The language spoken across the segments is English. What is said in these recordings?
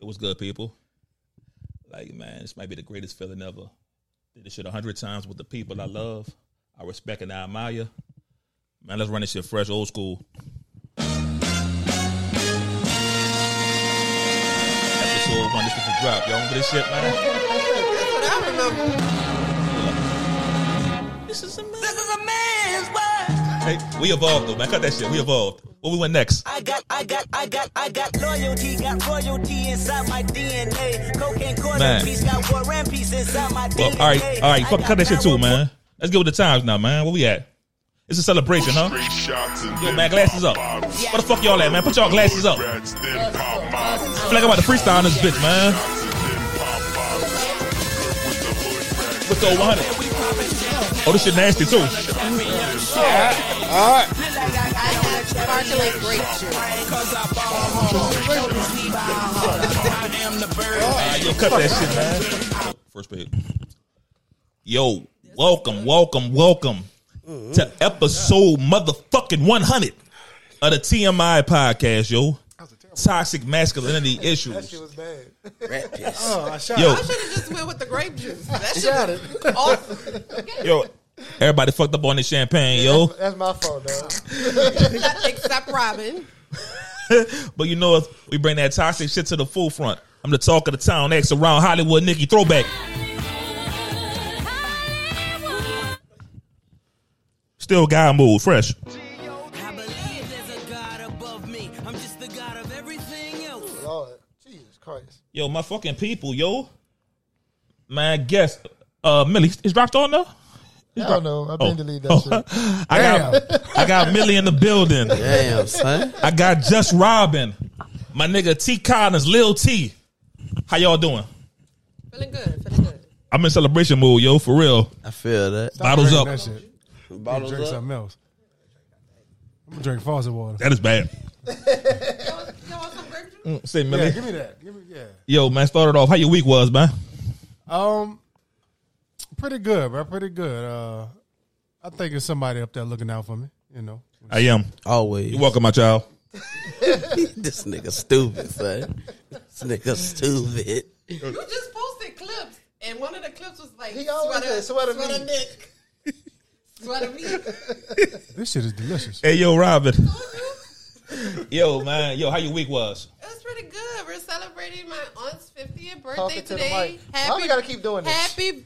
It was good, people. Like, man, this might be the greatest feeling ever. Did this shit a hundred times with the people I love, I respect, and I admire. Man, let's run this shit fresh, old school. Episode one, this is the drop. Y'all remember this shit, man? That's what I remember. This is amazing. This is a man's world. Hey, we evolved though, man. Cut that shit. We evolved. Where we went next? I got, I got, I got, I got loyalty, got royalty inside my DNA. Cocaine, corn, Man. and peace, got war and peace inside my Well, DNA. all right, all right. I Fuck, got cut that shit too, power, man. Let's get with the times now, man. Where we at? It's a celebration, huh? Straight shots and Yo, then man, glasses pop up. bottles. Where the fuck y'all at, man? Put y'all glasses up. Feel Rats, then pop bottles. like I'm about to freestyle on this bitch, man. Shots and then pop bottles. With the Let's hood rats, go 100. Oh, this shit nasty too. Sparkling grape juice. Ah, yo, cut that shit, man. First page. Yo, welcome, welcome, welcome to episode motherfucking 100 of the TMI podcast, yo. Toxic masculinity issues. It was bad. Rat piss. Oh, I shot Yo, I should have just went with the grape juice. That it. should Shot have it. off. yo, everybody fucked up on this champagne, yo. That's my fault, dog. Except Robin. But you know, if we bring that toxic shit to the full front, I'm the talk of the town. X around Hollywood, Nikki throwback. Still guy move, fresh. I believe there's a God above me. I'm just the God of everything else. Lord, Jesus Christ. Yo, my fucking people, yo. Man, guess uh Millie is dropped on though? I don't know. I've Oh. been deleted that shit. I got I got Millie in the building. Damn, son. I got Just Robin. My nigga T Collins, Lil T. How y'all doing? Feeling good. Feeling good. I'm in celebration mood, yo, for real. I feel that. Bottles up. Drink That shit. Bottles Drink up. something else. I'm gonna drink faucet water. That is bad. Y'all want- y'all want some grape juice? Mm, Say Millie. Yeah, give me that. Give me yeah. Yo, man, started off. How your week was, man? Um, pretty good, bro. Pretty good. Uh, I think it's somebody up there looking out for me. You know, I am. Always. You welcome, my child. this nigga stupid, son. This nigga stupid. You just posted clips, and one of the clips was like, He always sweater, said, "Sweater me." Nick. sweater me. this shit is delicious. Hey, yo, Robin. Yo, man. Yo, how your week was? That's pretty good. We're celebrating my aunt's 50th birthday Talking to the today. mic. Why we gotta keep doing this? Happy, b-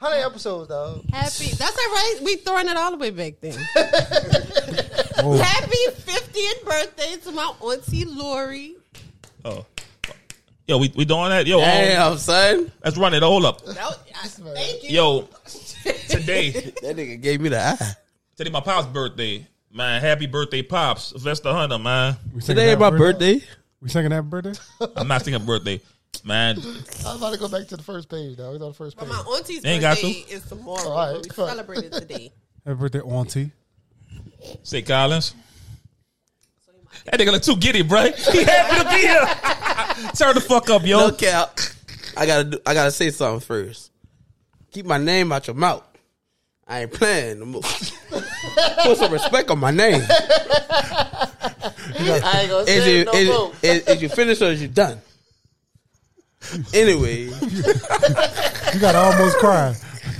100 episodes, dog. happy. That's all right. We throwing it all the way back then. Oh, happy 50th birthday to my auntie Lori. Oh. Yo, we, we doing that? Yo, um, Damn, son. let's run it all up. That was- I- thank you. Yo, today, That nigga gave me the eye. today my pop's birthday. Man, happy birthday, pops. Vesta Hunter, man. we singing Today happy my birthday. We singing happy birthday. I'm not thinking birthday. Man, I was about to go back to the first page, dog. It's on the first But page. my auntie's Ain't got birthday is tomorrow. All right, but we fuck. celebrate it today. Happy birthday, auntie. say Collins. That nigga look too giddy, bro. He happy to be here. Turn the fuck up, yo. No cap. I gotta do, I gotta say something first. Keep my name out your mouth. I ain't playing no more. Put some respect on my name. I ain't gonna Is say you, no is, more. is- is you finished or is you done? Anyway, You got to almost cry.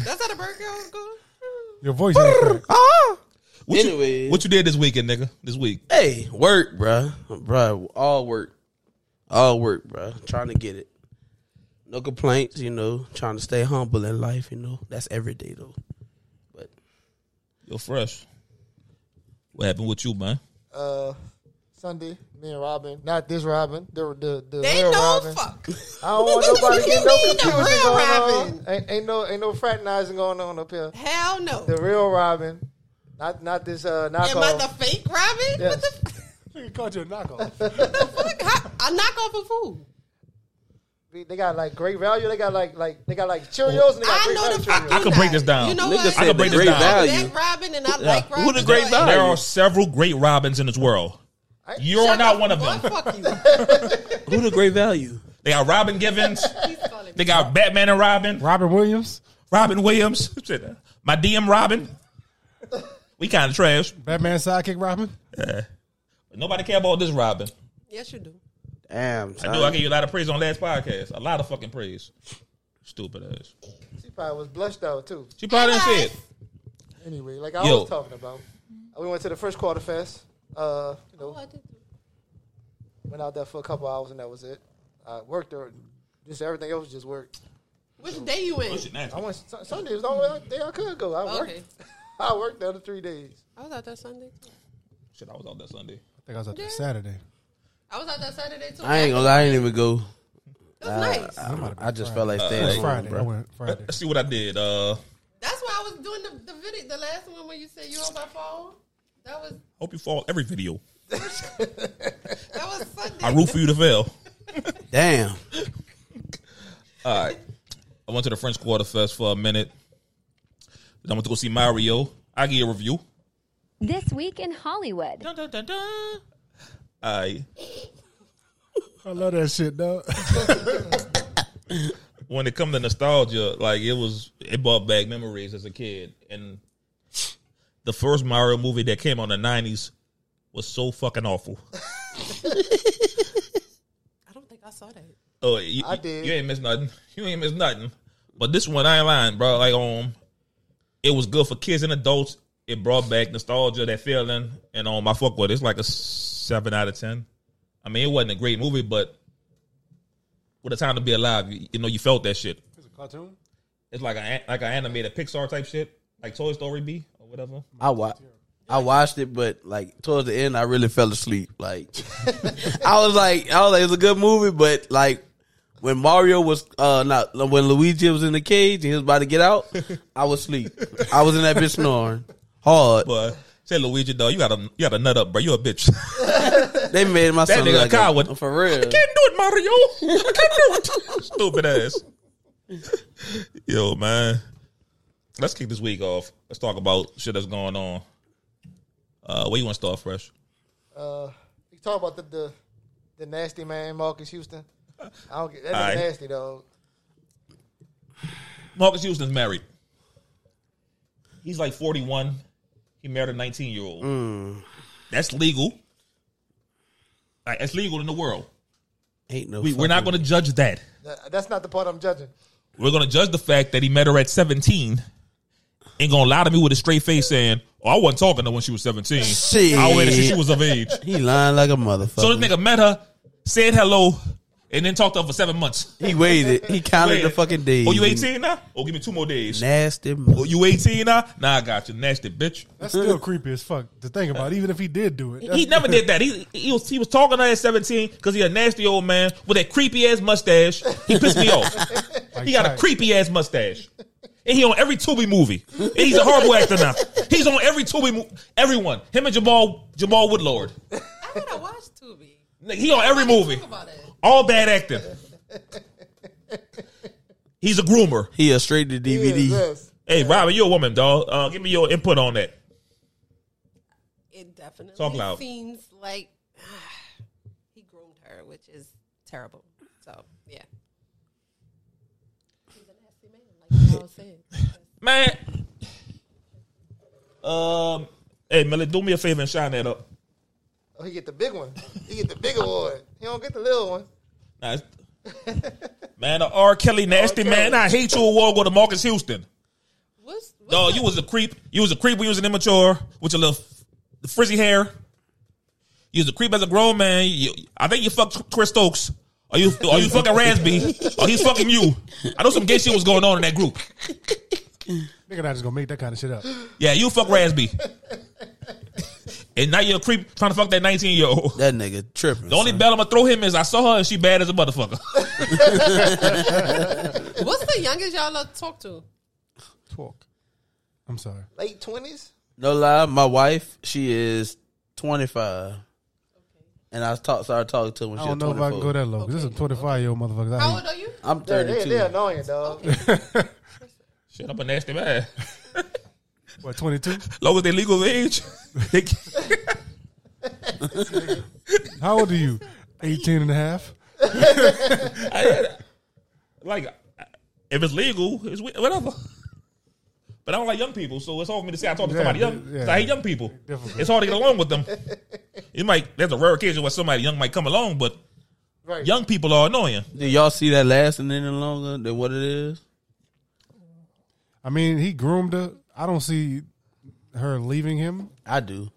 That's how the bird girls go. Your voice. ain't cracked. Ah. What you- Anyway. what you did this weekend, nigga? This week. Hey, work, bruh. Bruh, all work. All work, bruh. Trying to get it. No complaints, you know. Trying to stay humble in life, you know. That's every day, though. But Yo, fresh. What happened with you, man? Uh, Sunday, me and Robin. Not this Robin. The, the, the They real no Robin. fuck. I don't want nobody to get no You mean the confusion real going Robin? on. Ain't, ain't no ain't no fraternizing going on up here. Hell no. The real Robin. Not not this uh Am I knockoff. the fake Robin? Yes. What the f- Nigga called you a knockoff. fuck? How- I knock off a fool. they got like great value. They got like like they got like Cheerios and they got I great know the value Cheerios. I could break this down. You know nigga what? said I can break the this great down. I value. like Robin and I Yeah. like Robin. Who the great But value? There are several great Robins in this world. I- You're shut not up, one of boy, them. Fuck you. Who the great value? They got Robin Givens. He's calling They me. got Batman and Robin. Robin Williams, Robin Williams. Shit, uh, My DM Robin. We kind of trash. Batman sidekick Robin. Nobody care about this Robin. Yes, you do. Damn, I son. knew I gave you a lot of praise on last podcast. A lot of fucking praise. Stupid ass. She probably was blushed out too. She probably didn't see it. Anyway, like I Yo. was talking about, we went to the first quarter fest. Uh, you know, went out there for a couple hours and that was it. I worked or just everything else just worked. Which day you in? Push it I Oh, nasty. went Sun- Sunday was the only day I could go. I worked. Oh, Okay. I worked the other three days. I was out there Sunday. too. Shit, I was out that Sunday. I think I was out there Saturday. I was out there Saturday too. I ain't gonna lie, I didn't even go. It was nice. I, don't- I just felt like Uh, It was staying at home, Friday. I bro. went Friday. Let's see what I did. Uh, That's why I was doing the, the video, the last one where you said you on my phone. That was hope you fall every video. that was Sunday. I root for you to fail. Damn. All right. I went to the French Quarter Fest for a minute. Then I went to go see Mario. I give you a review. This week in Hollywood. Dun, dun, dun, dun. All right. I love that shit, though. When it comes to nostalgia, like it was, it brought back memories as a kid. And the first Mario movie that came out in the 90s was so fucking awful. I don't think I saw that. Oh, you, I did. You ain't miss nothing. You ain't miss nothing. But this one, I ain't lying, bro. Like, um, it was good for kids and adults. It brought back nostalgia, that feeling, and um, I fuck with it. It's like a seven out of ten. I mean, it wasn't a great movie, but with a time to be alive, you, you know, you felt that shit. It's a cartoon. It's like a like an animated Pixar type shit, like Toy Story B or whatever. I watched. I watched it, but like towards the end, I really fell asleep. Like, I was like, I was like, it's a good movie, but like when Mario was, uh, not when Luigi was in the cage and he was about to get out, I was asleep. I was in that bitch snoring hard. But say Luigi, though, you got to you got to nut up, bro. You a bitch. They made my That son look nigga like a- coward. for real. can't do it, Mario. I can't do it. Stupid ass. Yo, man. Let's kick this week off. Let's talk about shit that's going on. Uh, where you want to start fresh? Uh, you talk about the, the the nasty man Marcus Houston. I don't get that Aye. nigga nasty though. Marcus Houston's married. He's like 41. He married a 19 year old. That's legal. Like, that's legal in the world. Ain't no. We, we're not fucking- going to judge that. That- that's not the part I'm judging. We're going to judge the fact that he met her at 17. Ain't going to lie to me with a straight face saying, Oh, I wasn't talking to her when she was 17. Shit. I waited since she was of age. He lying like a motherfucker. So this nigga met her, said hello, and then talked to her for seven months. he waited. He counted the Wait. fucking days. Oh, you 18 now? Oh, give me two more days. Nasty. Oh, mother- you 18 now? Nah, I got you. Nasty bitch. That's still creepy as fuck to think about, even if he did do it. He That's- never did that. He he was he was talking to her at 17 because he a nasty old man with that creepy ass mustache. He pissed me off. He got a right. creepy ass mustache. And he on every Tubi movie. And he's a horrible actor now. He's on every Tubi movie. Everyone. Him and Jamal Jamal Woodlord. I thought I watched Tubi. Nigga, He on every movie. Talk about it. All bad acting. He's a groomer. He a straight to DVD. Yes. Hey, Robin, you're a woman, dog. Uh, give me your input on that. It definitely Talk loud. seems like he groomed her, which is terrible. So yeah. He's a nasty man, like Paul said. Man. Um, hey, Millie, do me a favor and shine that up. Oh, he get the big one. He get the big award. He don't get the little one. Nah, it's- man, the R. Kelly nasty R. man. Kelly. I hate you award go to Marcus Houston. What's, what's Dog, up? you was a creep. You was a creep when you was an immature with your little f- frizzy hair. You was a creep as a grown man. You, I think you fucked Chris Stokes. Are you are you fucking Ransby? Or he's fucking you? I know some gay shit was going on in that group. Nigga not just gonna make that kind of shit up. Yeah, you fuck Ransby. And now you're a creep trying to fuck that 19 year old. That nigga tripping. The only bell I'm gonna throw him is I saw her and she bad as a motherfucker. What's the youngest y'all have talked Uh, to? Talk. I'm sorry. Late twenties. No lie, my wife, she is 25. And I talk, started talking to her when I she was don't know if I can 24. go that low. 'cause This is a 25 year old motherfucker. How old are Oh, you? I'm They're, they're, 32. they're annoying, dog. Shit, I'm a nasty man. What, 22? Long as they legal age. they can- How old are you? 18 and a half? like, if it's legal, it's we- whatever. But I don't like young people, so it's hard for me to say I talk to Yeah, somebody young. 'cause yeah. I hate young people. Difficult. It's hard to get along with them. It might there's a rare occasion where somebody young might come along, but Right. Young people are annoying. Did y'all see that lasting any longer than what it is? I mean, he groomed her. I don't see her leaving him I do.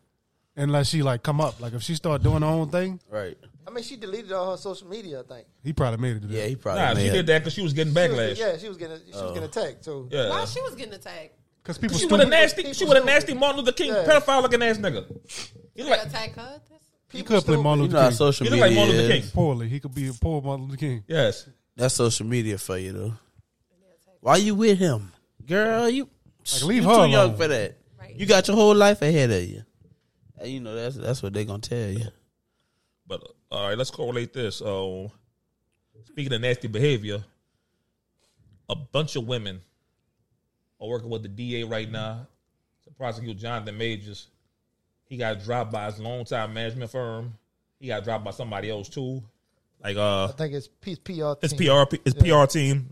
unless she like come up. Like if she start doing her own thing, Right. I mean, she deleted all her social media. I think. he probably made it. To Yeah, that. he probably Nah, she mad. did that because she was getting She was- backlash. yeah, she was getting she was getting attacked. So Yeah. Why she was getting attacked? because people She with a stupid. nasty, she with a nasty Martin Luther King Yeah. pedophile looking ass nigga. He look Like, like, attack her? That's- He people could play still- Martin You Luther know how King social he media look like Martin is. Luther King. poorly. He could be a poor Martin Luther King. Yes. That's social media for you though. Why you with him, girl? You leave you her too young alone. for that. Right. You got your whole life ahead of you. And you know that's that's what they gonna tell you. But uh, all right, let's correlate this. Um, speaking of nasty behavior, a bunch of women are working with the DA right now to prosecute Jonathan Majors. He got dropped by his longtime management firm. He got dropped by somebody else too. Like uh, I think it's P- PR. It's team. PR. It's PR team.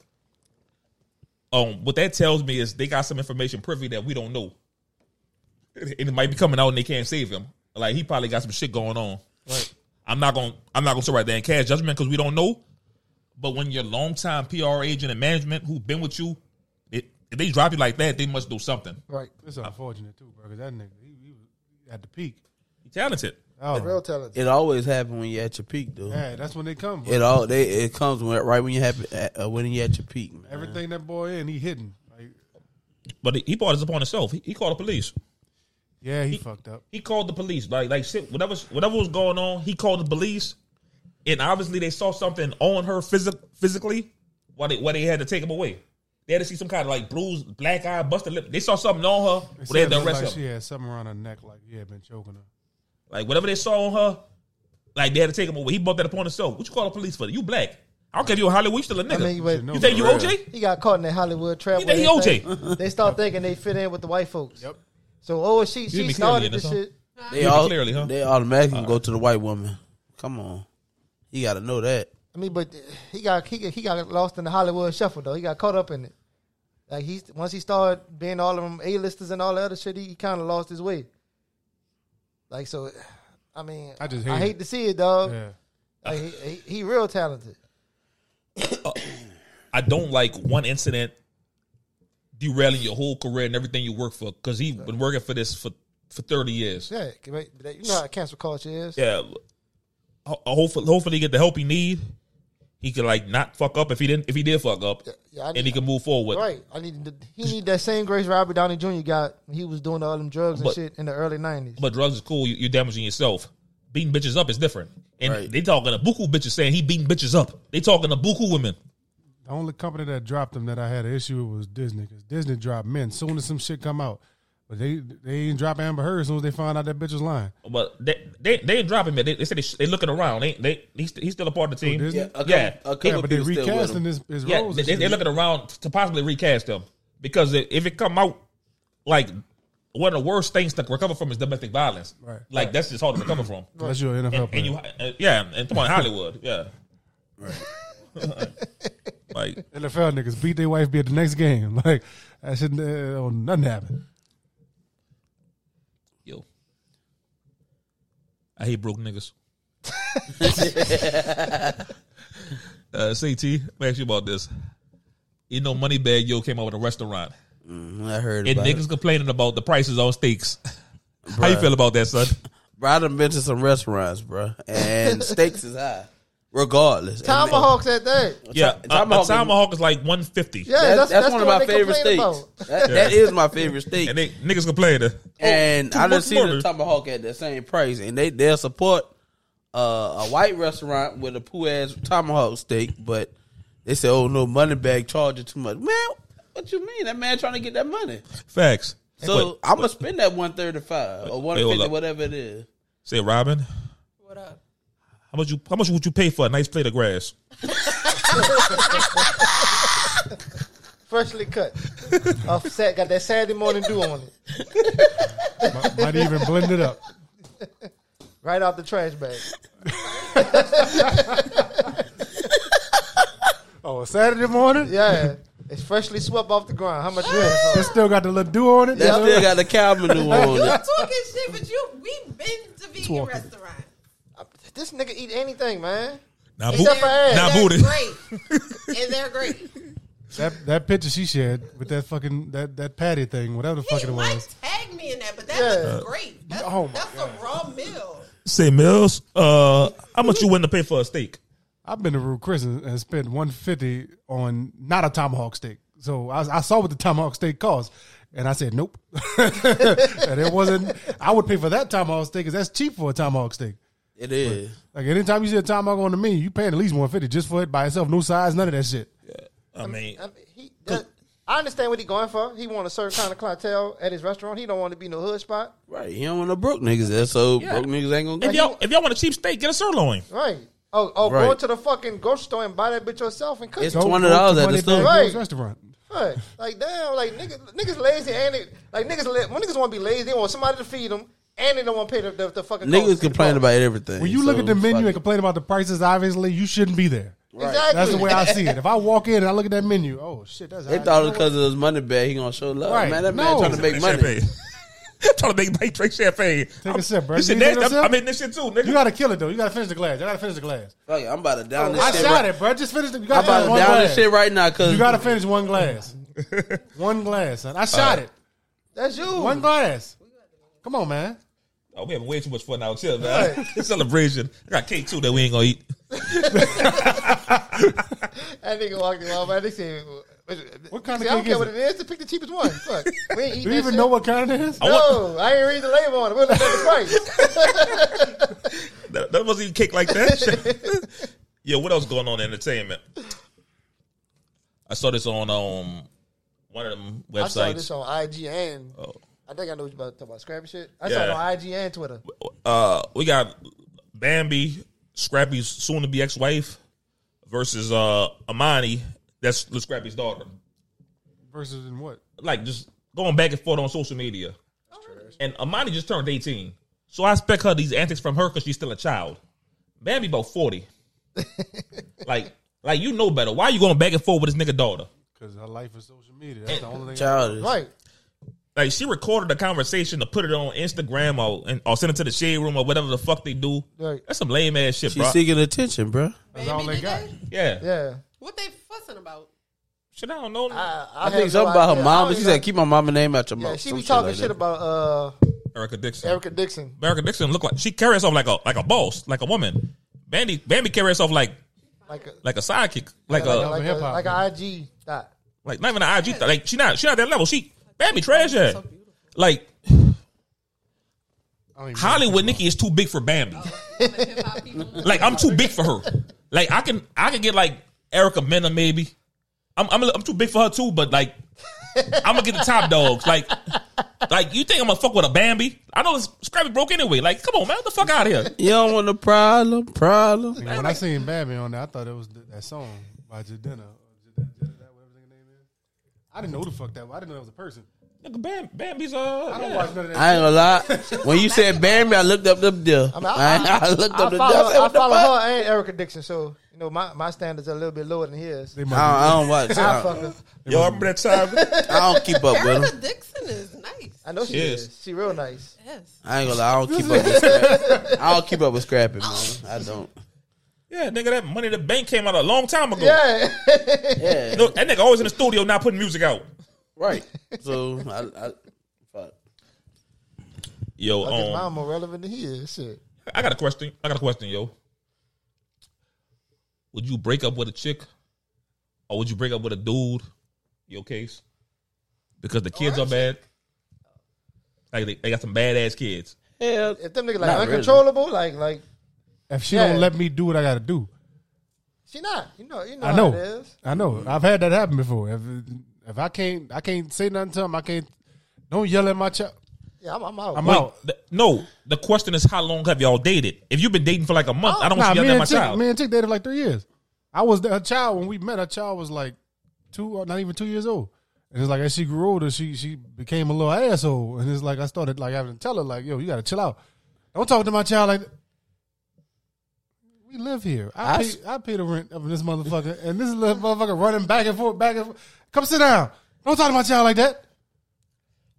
Um, what that tells me is they got some information privy that we don't know, and it might be coming out and they can't save him. Like he probably got some shit going on. Right. I'm not gonna. I'm not gonna sit right there and cast judgment because we don't know. But when your longtime PR agent and management who've been with you, it, if they drop you like that, they must do something. Right. It's unfortunate too, bro. Because that nigga, he, he was at the peak. He talented. Oh, Real talent. It always happens when you're at your peak, dude. yeah, that's when they come. bro. It all they it comes when, right when you have uh, when you at your peak. Man. Everything that boy in, he hidden. Like, But he, he brought this upon himself. He, he called the police. yeah, he, fucked up. he called the police. Like like shit, whatever whatever was going on, he called the police, and obviously they saw something on her physic- physically. Why they why they had to take him away? They had to see some kind of like bruised, black eye, busted lip. They saw something on her. It Well, they had said to arrest it looked like him. she had something around her neck, like he had been choking her. Like whatever they saw on her, like they had to take him away. He brought that upon himself. What you call the police for? You black? I don't care if you a Hollywood, you still a nigga. mean, but- should know you think that. you OJ? He got caught in that Hollywood trap. He where think he they think- They start thinking they fit in with the white folks. Yep. So oh, she she me started clearly in this this, shit. They Yeah, all clearly, huh? They automatically go to the white woman. Come on, you got to know that. I mean, but he got he, got- he got lost in the Hollywood shuffle though. He got caught up in it. Like he's once he started being all of them A listers and all the other shit, he, kind of lost his way. Like so, I mean, I just I hate hate it. to see it, dog. Yeah. Like, he, he, he real talented. I don't like one incident derailing your whole career and everything you work for because he been working for this for for thirty years. Yeah, but you know how cancel culture is. yeah, ho- hopefully, hopefully he get the help he need. He can like not fuck up if he didn't if he did fuck up, yeah, I and he need- can move forward. Right. I need to, he need that same grace Robert Downey Jr. got when he was doing all them drugs and But- shit in the early nineties. But drugs is cool. You, you're damaging yourself. Beating bitches up is different. And Right. they talking to buku bitches saying he beating bitches up. They talking to buku women. The only company that dropped them that I had an issue with was Disney, because Disney dropped men soon as some shit come out. But they they ain't drop Amber Heard as soon as they found out that bitch was lying. But they they, they ain't dropping him. They, they said they, sh- they looking around. They they he's, he's still a part of the team. Disney? Yeah, couple- Yeah. a Yeah, but they recasting his, his Yeah, roles. they, and they, shit. are looking around to possibly recast him because i- if it come out like one of the worst things to recover from is domestic violence. Right. Like that's just hard to recover from. Unless you're an NFL And, player. and you, uh, yeah, and come on, Hollywood, yeah. Right. like NFL niggas beat their wife be at the next game. Like that shit, uh, oh, nothing happened. yo, I hate broke niggas. uh, CT, let me ask you about this. You know, Moneybag Yo came out with a restaurant. Mhm, I heard And about niggas it. complaining about the prices on steaks. How you feel about that, son? Bro, I done been to some restaurants, bro, and steaks is high, regardless. And- Tomahawks at that. yeah, Tom- a, Tomahawk a is- tomahawk is like one fifty, Yeah, That- that's, that's, that's, one the of my they favorite complain steaks. About. That, that is my favorite steak. and they niggas complaining. and two I done bucks seen burger. the tomahawk at the same price, and they they'll support uh, a white restaurant with a poo ass tomahawk steak, but they say, "Oh no, money bag charges too much." Man, what you mean? That man trying to get that money, Facts. so But- I'm gonna spend that one thirty five or one hold fifty, up. whatever it is. say, Robin, What up? how much you how much would you pay for a nice plate of grass? Freshly cut. Off set, got that Saturday morning dew on it. Might, might even blend it up. Right out the trash bag. Oh, a Saturday morning. Yeah. It's freshly swept off the ground. How much you had It for? still got the little dew on it. They still got the cow manure on You it. talking shit, but you we've been to vegan Talking. restaurant. This nigga eat anything, man. Now, Except for ass. now they're booty. great. and they're great. That that picture she shared with that fucking that that patty thing, whatever the fuck He it might was. tag me in that, but that Yeah. looks great. That's, Oh my that's a raw meal. Say Mills, uh, how much you willing to pay for a steak? I've been to Rude Chris and, and spent one fifty on not a tomahawk steak. So I, was- I saw what the tomahawk steak cost, and I said nope. and it wasn't. I would pay for that tomahawk steak because that's cheap for a tomahawk steak. It is. Like anytime you see a tomahawk on the menu, you paying at least one fifty just for it by itself, no size, none of that shit. I mean, I, mean, he, that, I understand what he going for. He want to serve kind of clientele at his restaurant. He don't want to be no hood spot, Right. He don't want no broke niggas there, so broke niggas ain't gonna go. if y'all if y'all want a cheap steak, get a sirloin. right? Oh, oh, go Right. to the fucking grocery store and buy that bitch yourself and cook It's it. Go- $20 go to at the Money store. Bag Right. Girls Restaurant. Right. Like damn, like niggas, niggas lazy and they, like niggas, la- when niggas want to be lazy, they want somebody to feed them and they don't want to pay the, the, the fucking Niggas cost. complain about everything. When you look so at the menu fuck and it. complain about the prices, obviously you shouldn't be there. exactly. That's the way I see it. If I walk in and I look at that menu, oh shit, that's They high. thought it because of his money bag, he gonna show love. Right. Man, that man No. trying to make money. Trying to make, make drink champagne. Take a sip, bro. This You shit need nasty. yourself? I'm, I'm in this shit too, nigga. You gotta kill it though. You gotta finish the glass. I gotta finish the glass. Fuck it, I'm about to down I this shit. shot Right. it, bro. Just finish the. You I'm gotta about to finish one down glass. this shit right now because You gotta finish one glass. one glass, son. I shot it. That's you. One glass. Come on, man. oh, we having way too much fun now. Chill, man. Celebration. I got cake too that we ain't gonna eat. That nigga walked in Walmart. They said, What kind of See, I don't cake care is what it? it is. To pick the cheapest one. Fuck. We ain't eating Do that you even shit. know what kind it is? I want, No, I ain't read the label on it. We're looking at the price. that, that wasn't even cake like that. Yo, what else going on in entertainment? I saw this on um one of them websites. Oh. I saw this on IG and Oh. I think I know what you about to talk about. Scrappy shit. I saw it Yeah. on IG and Twitter. uh, we got Bambi, Scrappy's soon to be ex wife, versus uh, Amani, that's Scrappy's daughter. Versus in what? Like just going back and forth on social media. And Amani just turned 18. So I expect her these antics from her because she's still a child. Bambi about 40. like, like you know better. Why you going back and forth with this nigga daughter? Because her life is social media. That's the only thing. childish. Right. like she recorded a conversation to put it on Instagram or and, or send it to the shade room or whatever the fuck they do. Right. That's some lame ass shit, She's bro. seeking attention, bro. That's all Baby, they got. nigga, yeah. Yeah. What they fussing about? Shit, I don't know. I, I, think have something no about her idea. I mama. don't She even- said, "Keep my mama name out your Yeah, mouth." she Some be talking like shit that. about uh Erica Dixon. Erica, Erica Dixon. Dixon look like she carries herself like a like a boss, like a woman. Bambi Bambi carries herself like Like uh, a like a sidekick, like like a, a like a, hip-hop, like a man. IG dot. like not even an IG. Like she not she not that level. She Bambi trash ass. Like I don't even Hollywood Nikki is too big for Bambi. Oh, Hip-hop people. Like I'm too big for her. Like I can I can get like Erica Mena maybe. I'm I'm, I'm too big for her too, but like I'm gonna get the top dogs. Like like you think I'm gonna fuck with a Bambi? I know this Scrappy broke anyway. Like come on man, get the fuck out of here. You don't want no problem, problem. And when I seen Babby on there, I thought it was th- that song by Jadena. or Jadena- Jadena, whatever the name is. I didn't know who the fuck that was. I didn't know that was a person. Nigga, Bam, Bambi's uh. I don't yeah. watch none of that. I ain't gonna lie. When you said Bambi, I looked up the deal. I, mean, I- I looked I up the follow, deal. I said, I "What the follow fuck?" her and Erica Dixon, so you know my, my standards are a little bit lower than his. They I must- don't, I don't watch. I I fuck don't, her. Yo, I remember that time. I don't keep up with Erica him. Dixon is nice. I know she She is. is. She real nice. Yes. I ain't gonna lie. I don't keep up. With scrap. I don't keep up with scrapping, man. I don't. yeah, nigga, that money in the bank came out a long time ago. Yeah. Yeah, No, that nigga always in the studio not putting music out. right. So I, I fuck. Yo, I guess mine um, more relevant than he is. Shit. I got a question. I got a question, yo. Would you break up with a chick, or would you break up with a dude? Your case, because the kids are bad. Like they, they got some bad ass kids. Hell, If them niggas like Not really. uncontrollable, like like If she Yeah. don't let me do what I gotta do, she not. You know, you know, I how it know. is. I know. Mm. I've had that happen before. If if I can't, I can't say nothing to him. I can't. Don't yell at my child. Yeah, I'm, I'm out. I'm Wait, out. th- no. The question is, how long have y'all dated? If you've been dating for like a month, I don't want you Oh, me yelling at and my Chick, child. Me and Chick dated like three years. I was the- her child when we met. Her child was like two, or not even two years old. And it's like as she grew older, she she became a little asshole. And it's like I started like having to tell her like, "Yo, you gotta chill out. Don't talk to my child like." that." We live here. I I pay, s- I pay the rent of this motherfucker, and this little motherfucker running back and forth, back and forth. Come sit down. Don't talk to my child like that.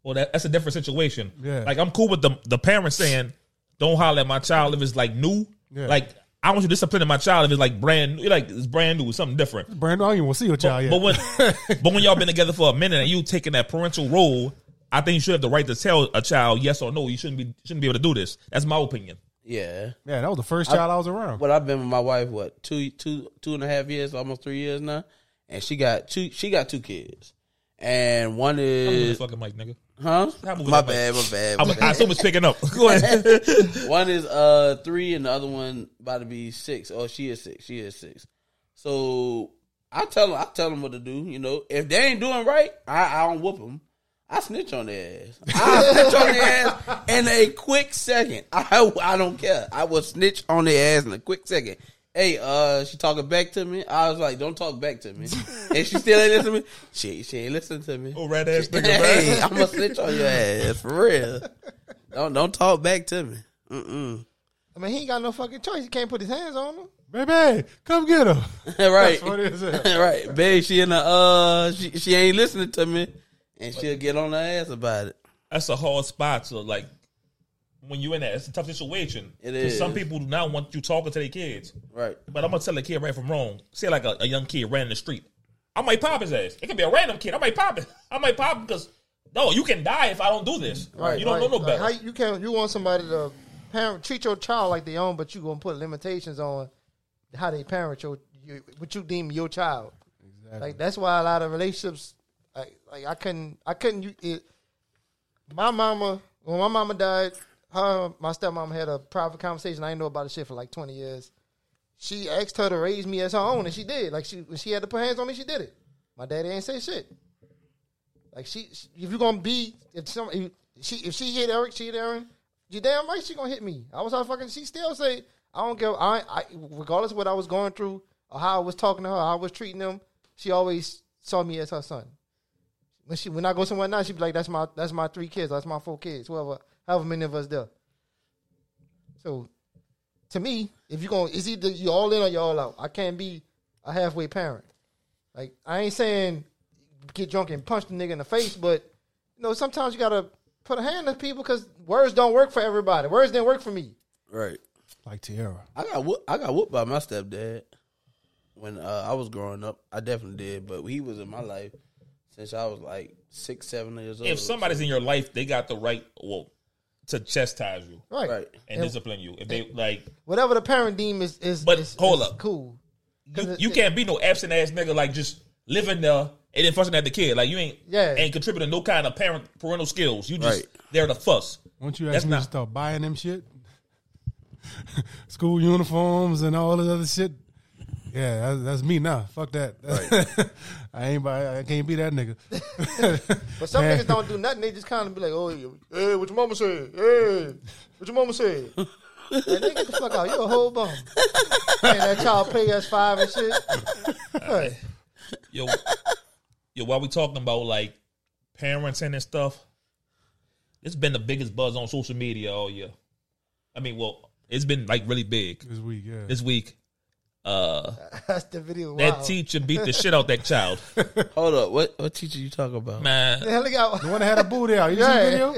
Well, that, that's a different situation. Yeah. Like I'm cool with the the parents saying, "Don't holler at my child if it's like new." Yeah. Like I want you to discipline my child if it's like brand new, like it's brand new, it's something different. Brandon, I don't even want to see your child yet. But when but when y'all been together for a minute and you taking that parental role, I think you should have the right to tell a child yes or no. You shouldn't be shouldn't be able to do this. That's my opinion. Yeah. yeah, that was the first child I, was around. But I've been with my wife what two two two and a half years, almost three years now, and she got two she got two kids, and one is Fucking Mike, nigga. huh? How move My that mic? bad, my bad, my I'm, I bad. assume it's picking up. Go ahead. one is uh three, and the other one about to be six. Oh, she is six. She is six. So I tell them, I tell them what to do. You know, if they ain't doing right, I, I don't whoop them. I snitch on their ass. I snitch on their ass in a quick second. I I don't care. I will snitch on their ass in a quick second. Hey, uh, she talking back to me. I was like, "Don't talk back to me." And she still ain't listening to me. She she ain't listening to me. Oh, red ass nigga, Hey, man. I'm gonna snitch on your ass for real. Don't don't talk back to me. Mm-mm. I mean, he ain't got no fucking choice. He can't put his hands on him. Baby, come get him. right, What is it? right, babe. She in the uh, she she ain't listening to me, and she'll get on her ass about it. That's a hard spot to like when you in that. It's a tough situation. It 'Cause Some is. people do not want you talking to their kids. Right, But I'm gonna tell a kid right from wrong. Say like a, a young kid ran in the street. I might pop his ass. It could be a random kid. I might pop it. I might pop because no, you can die if I don't do this. you don't know no Like, better. Uh, how you you can't you want somebody to parent treat your child like they own, but you gonna put limitations on how they parent your, you what you deem your child. Like that's why a lot of relationships, like, like I couldn't I couldn't. u- It, my mama when my mama died, her my stepmom had a private conversation. I didn't know about the shit for like twenty years. She asked her to raise me as her own, and she did. Like she when she had to put hands on me, she did it. My daddy ain't say shit. Like she, she- if you gonna be, if some, if she, if she hit Eric, she hit Aaron. You damn right she gonna hit me. I was out fucking. She still say I don't care. I, I regardless of what I was going through or how I was talking to her, how I was treating them. She always saw me as her son. When she when I go somewhere now, she be like, "That's my that's my three kids. That's my four kids. Whoever, however many of us there." So, to me, if you gonna, it's either you all in or you all out. I can't be a halfway parent. Like I ain't saying get drunk and punch the nigga in the face, but you know sometimes you gotta put a hand to people because words don't work for everybody. Words didn't work for me. right. Like Tierra. I got whoop, I got whooped by my stepdad when uh, I was growing up. I definitely did, but he was in my life since I was like six, seven years old. if somebody's in your life, they got the right well to chastise you Right. Right. and discipline you. If they like, Whatever the parent deem is is But is- hold is up. cool. you, it- you it- can't be no absent ass nigga like just living there and then fussing at the kid. Like you ain't Yeah. ain't contributing no kind of parent parental skills. You just Right. there to fuss. Once you That's ask me not- to start buying them shit, school uniforms and all this other shit. Yeah, that's, that's me now. Fuck that. I ain't buy. I can't be that nigga. But some Man. niggas don't do nothing. They just kind of be like, "Oh, you- hey, what your mama said? Hey, what your mama said?" Like, nigga, get the fuck out. You a whole bum. And that child pay us five and shit. Right. yo, yo, while we talking about like parenting and stuff, it's been the biggest buzz on social media all year. I mean, well, it's been like really big This week, yeah. this week. Uh, That's the video. Wow. that teacher beat the shit out that child, Hold up, what what teacher you talking about? man. Yeah, look out. the one that had a booty out. You see Yeah. the video?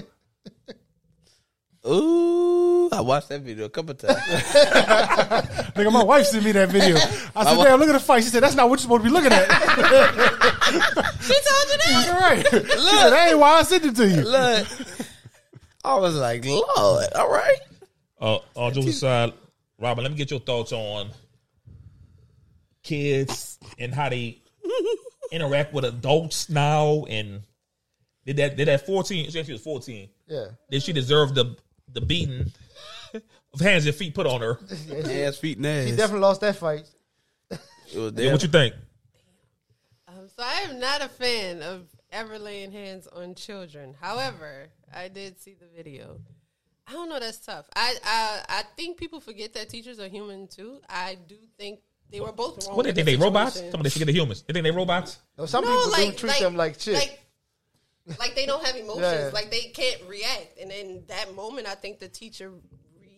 Ooh, I watched that video a couple times. Nigga, my wife sent me that video. I said, "Damn, look at the fight." She said, "That's not what you're supposed to be looking at." She told you that. All right. She said, "That ain't why I sent it to you." Look, I was like, Lord, all right. Uh, on Joe's side, Robin, let me get your thoughts on kids and how they interact with adults now. And did that? Did that fourteen? She was fourteen. Yeah. Did she deserve the the beating of hands and feet put on her? Ass, feet, and ass. He definitely lost that fight. It was Yeah, what you think? Um, so I am not a fan of ever laying hands on children. However, I did see the video. I don't know. That's tough. I I, I think people forget that teachers are human too. I do think they were both wrong. What they in think the they robots? situation. Somebody forget the humans. They think they robots. No, some No, people like do treat like, them like shit. Like, like they don't have emotions. Yeah. Like they can't react. And in that moment, I think the teacher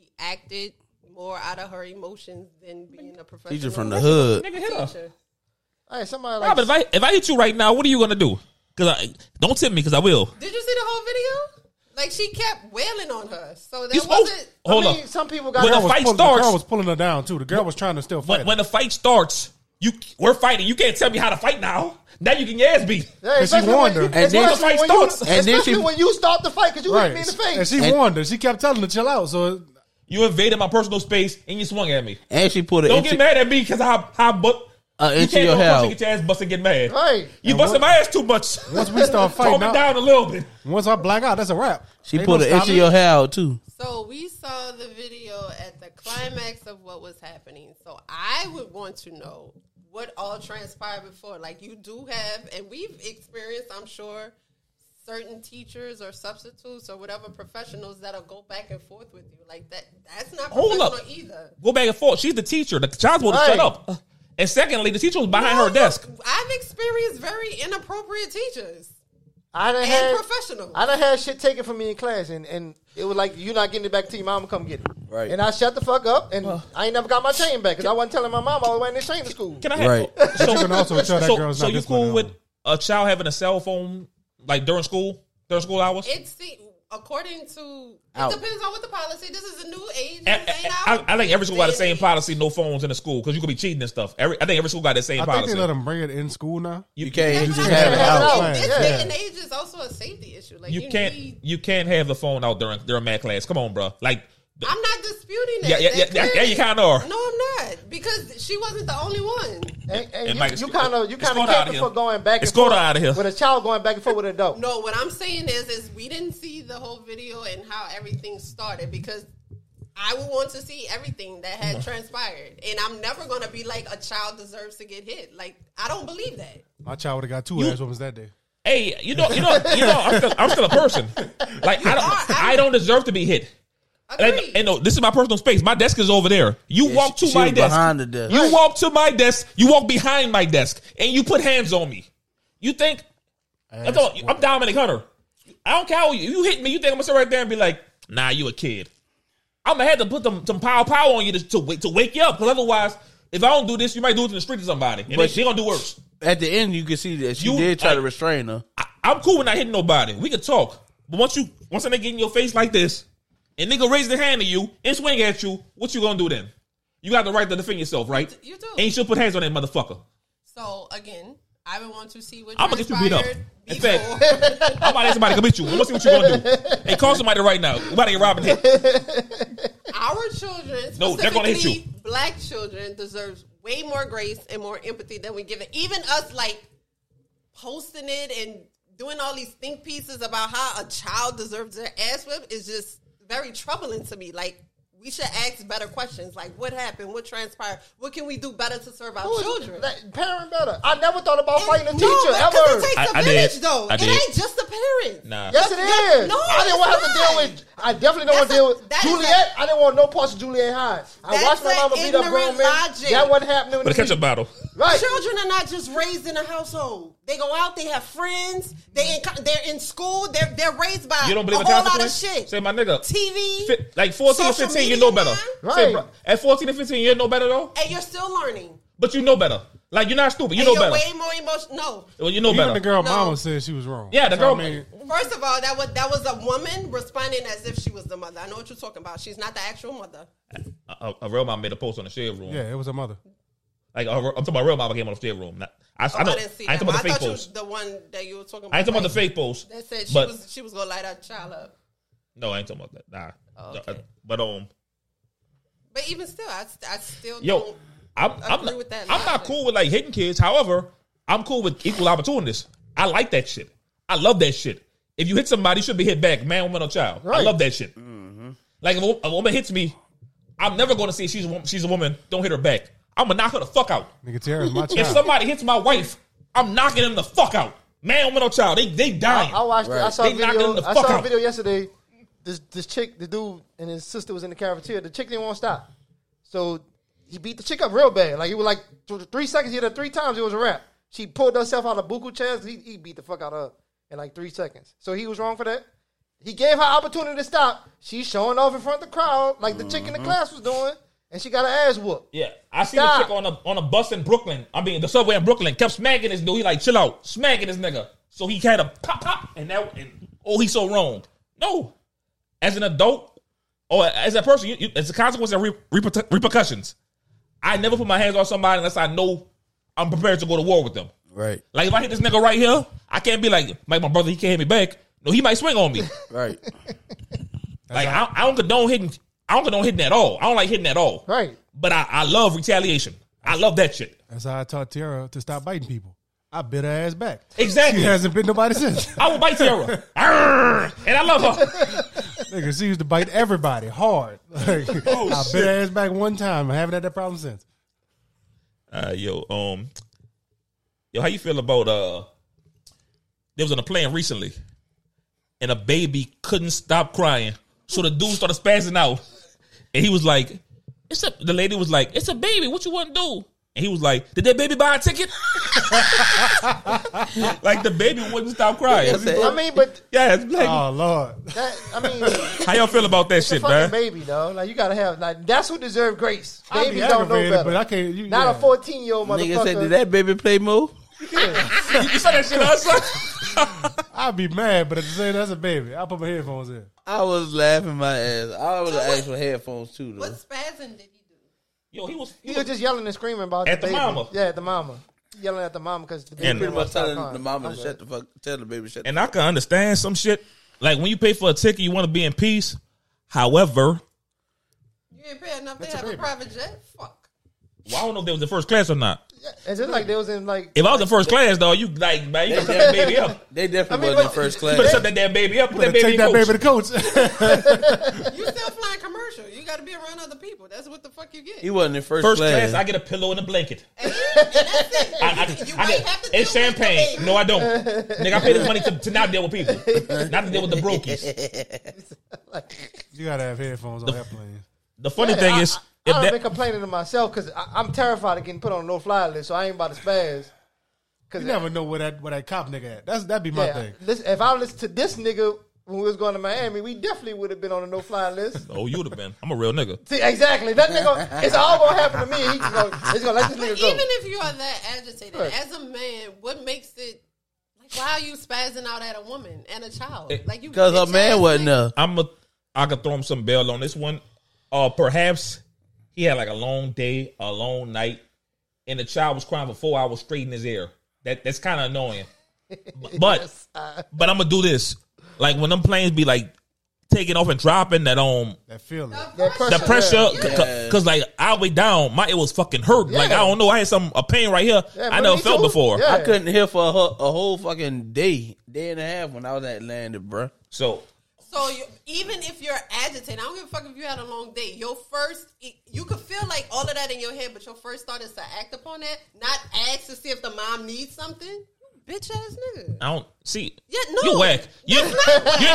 reacted more out of her emotions than being a professional. Teacher from the hood. Nigga, hit her. teacher. All right, somebody like Robin, if I if I hit you right now, what are you gonna do? Because I don't tip me, because I will. Did you see the whole video? Like she kept wailing on her, so that You supposed- wasn't. hold I mean, up. some people got When Girl the was fight pulling- The starts- girl was pulling her down too. The girl was trying to still fight. When, when the fight starts, you we're fighting. You can't tell me how to fight now. Now you can yes beat. Yeah, she especially warned when her. you- And then especially the fight when you- starts. And then Especially she- when you start the fight because you hit right. me in the face. And she And- warned her. She kept telling her, chill out. So You invaded my personal space and you swung at me. And she put an Don't inch, get mad at me because I I but Uh, an you inch of can't your go hair punch and out. get your ass busted and get mad. Right. You busted my ass too much. once we start Calm fighting, me out, down a little bit. once I black out, that's a wrap. She Ain't put no an inch of stopping. your hair out too. So we saw the video at the climax of what was happening. So I would want to know what all transpired before. Like you do have, and we've experienced, I'm sure, certain teachers or substitutes or whatever professionals that'll go back and forth with you. Like that, that's not Hold professional up. either. Go back and forth. She's the teacher. The child's supposed to shut Right. up. And secondly, the teacher was behind No, her desk. I've experienced very inappropriate teachers I done and had professionals. I done had shit taken from me in class, and, and it was like you not getting it back to your mama, come get it. Right. And I shut the fuck up, and I ain't never got my chain back because I wasn't telling my mom I was wearing this chain to school. Can I have Right. so, You can also tell that so, girl's so not you this one cool now. with a child having a cell phone like during school? During school hours? It's the- according to Out. it depends on what the policy. This is a new age. I, This ain't I- our- I think every school got the same They- policy, no phones in the school, because you could be cheating and stuff. Every, I think every school got the same I think policy. they let them bring it in school now. You can't. You That's just what I'm have it saying. out. out. This Yeah. day and age is also a safety issue. Like you can't Need, you can't have the phone out during during math class. Come on, bro. Like the- I'm not disputing that. yeah, yeah, That yeah, yeah, clearly- yeah, you kind of are. No, I'm not because she wasn't the only one. And, and And you- like, you kind of you escort kind of her outta cater here. for going back and Escort her forth outta here. with a child going back and forth with an adult. No, what I'm saying is, is we didn't see the whole video and how everything started because I would want to see everything that had Mm-hmm. transpired, and I'm never gonna be like a child deserves to get hit. Like I don't believe that. My child would have got two ass whoopings that day. Hey, you know, you know, you know, I'm still, I'm still a person. Like I don't, I don't deserve to be hit. And, Agreed. and no, this is my personal space. My desk is over there. You walk to she my was desk. behind the desk. You Right. walk to my desk. You walk behind my desk, and you put hands on me. You think I Ass thought, I'm whooping. Dominic Hunter. I don't care how you, you hit me. You think I'm gonna sit right there and be like, "Nah, you a kid." I'm gonna have to put them, some power power on you to to wake, to wake you up, because otherwise, if I don't do this, you might do it in the street to somebody, and But- she gonna do worse. At the end, you can see that she You- did try to like- restrain her. I, I'm cool with not hitting nobody. We can talk, but once you once a nigga get in your face like this, and nigga raise their hand to you and swing at you, what you gonna do then? You got the right to defend yourself, right? You do. And you should put hands on that motherfucker. So again, I would want to see what I'ma get you beat up. transpired In before. fact- I'm about to ask somebody to come hit you. Let's see what you gonna do. Hey, call somebody right now. We about to get robbed and hit. our children, No, they're gonna hit specifically you. Black children deserves way more grace and more empathy than we give it. Even us, like posting it and doing all these think pieces about how a child deserves their ass whipped is just very troubling to me. Like. We should ask better questions, like what happened, what transpired, what can we do better to serve our Who is- children. that- parent better. I never thought about And- fighting a no, teacher because ever. It takes I- a I did. village, though. I It did. ain't just the parent. Nah. Yes, it is. no, I didn't want to it's have to deal not. with. I definitely don't want to That's a- deal with that is Juliet. I I didn't want no parts of Juliet Hyde. I That's watched my a mama beat up grown ignorant men. logic. That wasn't happening. With a to me. ketchup bottle. Right. Children are not just raised in a household. They go out. They have friends. They in, co- they're in school. They're they're raised by You don't believe in a whole lot of consequences? shit. Say my nigga. TV, Fi- like 14 or social 15, you media, know better. man. Say, Right. bro, at 14 and 15, you know better though. and you're still learning. But you know better. Like you're not stupid. You and know you're better. way more emotional. No, Well, you know Even better. the girl No. mama said she was wrong. Yeah, the So, I girl- mean, first of all, that was that was a woman responding as if she was the mother. I know what you're talking about. She's not the actual mother. a, a real mom uh, made a post on the shade room. yeah, it was her mother. Like a, I'm talking about real mama came on the shade room. Not, I, Oh, I, I, know, I, didn't see ain't talking that. one. about I the fake thought you was post. the one that you were talking about. I ain't talking about the like, fake post. That said she but, was she was gonna light our child up. No, I ain't talking about that. Nah. Oh, okay. But um, But even still, I, st- I still yo, don't. I'm I'm agree not, with that I'm not logic. cool with like hitting kids. However, I'm cool with equal opportunities. I like that shit. I love that shit. If you hit somebody, you should be hit back, man, woman, or child. I Right. love that shit. Like if a, wo- a woman hits me, I'm never going to say she's a, wo- she's a woman. Don't hit her back. I'm gonna knock her the fuck out. Nigga, Tara is my If child. somebody hits my wife, I'm knocking them the fuck out. Man, woman, or child, they they dying. I watched. It. I Right. saw a They knocking video. the I fuck saw out. a video yesterday. This this chick, the dude, and his sister was in the cafeteria. The chick didn't want to stop, so he beat the chick up real bad. Like it was like th- three seconds. He hit her three times. It was a wrap. She pulled herself out of buku chairs. He, he beat the fuck out of her in like three seconds. So he was wrong for that. He gave her opportunity to stop. She's showing off in front of the crowd like the chick in the class was doing, and she got her ass whooped. Yeah, I seen Stop. a chick on a on a bus in Brooklyn. I mean, the subway in Brooklyn kept smacking this dude. He like, chill out, smacking this nigga. So he had a pop pop, and that and oh, he's so wrong. No, as an adult or as a person, you, you, it's a consequence and re, reper- repercussions. I never put my hands on somebody unless I know I'm prepared to go to war with them. Right. Like if I hit this nigga right here, I can't be like, like my brother, he can't hit me back. No, he might swing on me. Right. like I, I don't condone hitting. I don't condone hitting at all. I don't like hitting at all. Right. But I, I love retaliation. I love that shit. That's how I taught Tara to stop biting people. I bit her ass back. She Exactly. hasn't bit nobody since. I will bite Tara. Arr! and I love her. Nigga, she used to bite everybody hard. Oh, Like, I bit her ass back one time. I haven't had that problem since. Uh, yo, um, yo, how you feel about uh? There was on a plane recently, and a baby couldn't stop crying, so the dude started spazzing out, and he was like, "It's a." The lady was like, "It's a baby. What you want to do?" And he was like, "Did that baby buy a ticket?" like the baby wouldn't stop crying. That's it. I mean, but Yeah, it's like, Oh Lord. that, I mean, it's how y'all feel about that a shit, fucking man? baby, though. Like you gotta have like that's who deserve grace. I be Babies don't know aggravated, better. but I can't- you- Not yeah. a fourteen year old Nigga said, motherfucker. did that baby play mo? You saw that shit outside. I'd be mad, but at the same that's a baby. I put my headphones in. I was laughing my ass. I was asked for headphones too What though. spasm did he do? Yo, he was. He was just yelling and screaming about At the baby. mama. Yeah, at the mama. Yelling at the mama because the baby And- Pretty didn't much want to stop telling crying. the mama I'm to good. shut the fuck, tell the baby shut. the and I can understand some shit. Like when you pay for a ticket, you want to be in peace. However, You ain't pay enough to have a private jet? Fuck. well, I don't know if they was in first class or not. It's just like they was in like If I was in first class, though, you like man, you better shut that baby up. They definitely I mean, wasn't in look- first You better class. shut that damn baby up. Put that Take baby in that coach. baby to coach. You still flying commercial. You got to be around other people. That's what the fuck you get. He wasn't in first, First class. class, I get a pillow and a blanket. And that's it. I, I, You I might get- have to deal and with the champagne. baby. No, I don't. Nigga, I pay this money to, to not deal with people, not to deal with the brokies. you gotta have headphones on airplanes. The funny thing is, I, if I, I've been that, complaining to myself because I'm terrified of getting put on a no fly list, so I ain't about to spaz. Because You never know where that where that cop nigga at. That's that'd be my yeah, thing. listen, if I listened to this nigga when we was going to Miami, we definitely would have been on a no fly list. oh, you would have been. I'm a real nigga. See, exactly. That nigga, it's all gonna happen to me. And he just gonna, he's gonna let this But nigga even go. if you are that agitated, Right. as a man, what makes it like why are you spazzing out at a woman and a child? Like you Because her bitch man ass wasn't nigga. there. I'm a. I could throw him some bail on this one. Uh, perhaps he had like a long day, a long night, and the child was crying for four hours straight in his ear. That that's kind of annoying. But uh. but I'm gonna do this. Like when them planes be like taking off and dropping that um That feeling. That the Yeah. pressure because like I way down my it was fucking hurt. Like I don't know I had some a pain right here Yeah, I but never me felt too. before. Yeah. I couldn't hear for a, ho- a whole fucking day, day and a half when I was at landed, bruh. So So you, even if you're agitated, I don't give a fuck if you had a long day. Your first, you could feel like all of that in your head, but your first thought is to act upon that, not ask to see if the mom needs something. You Bitch ass nigga. I don't see. Yeah, no. You whack. You, you ain't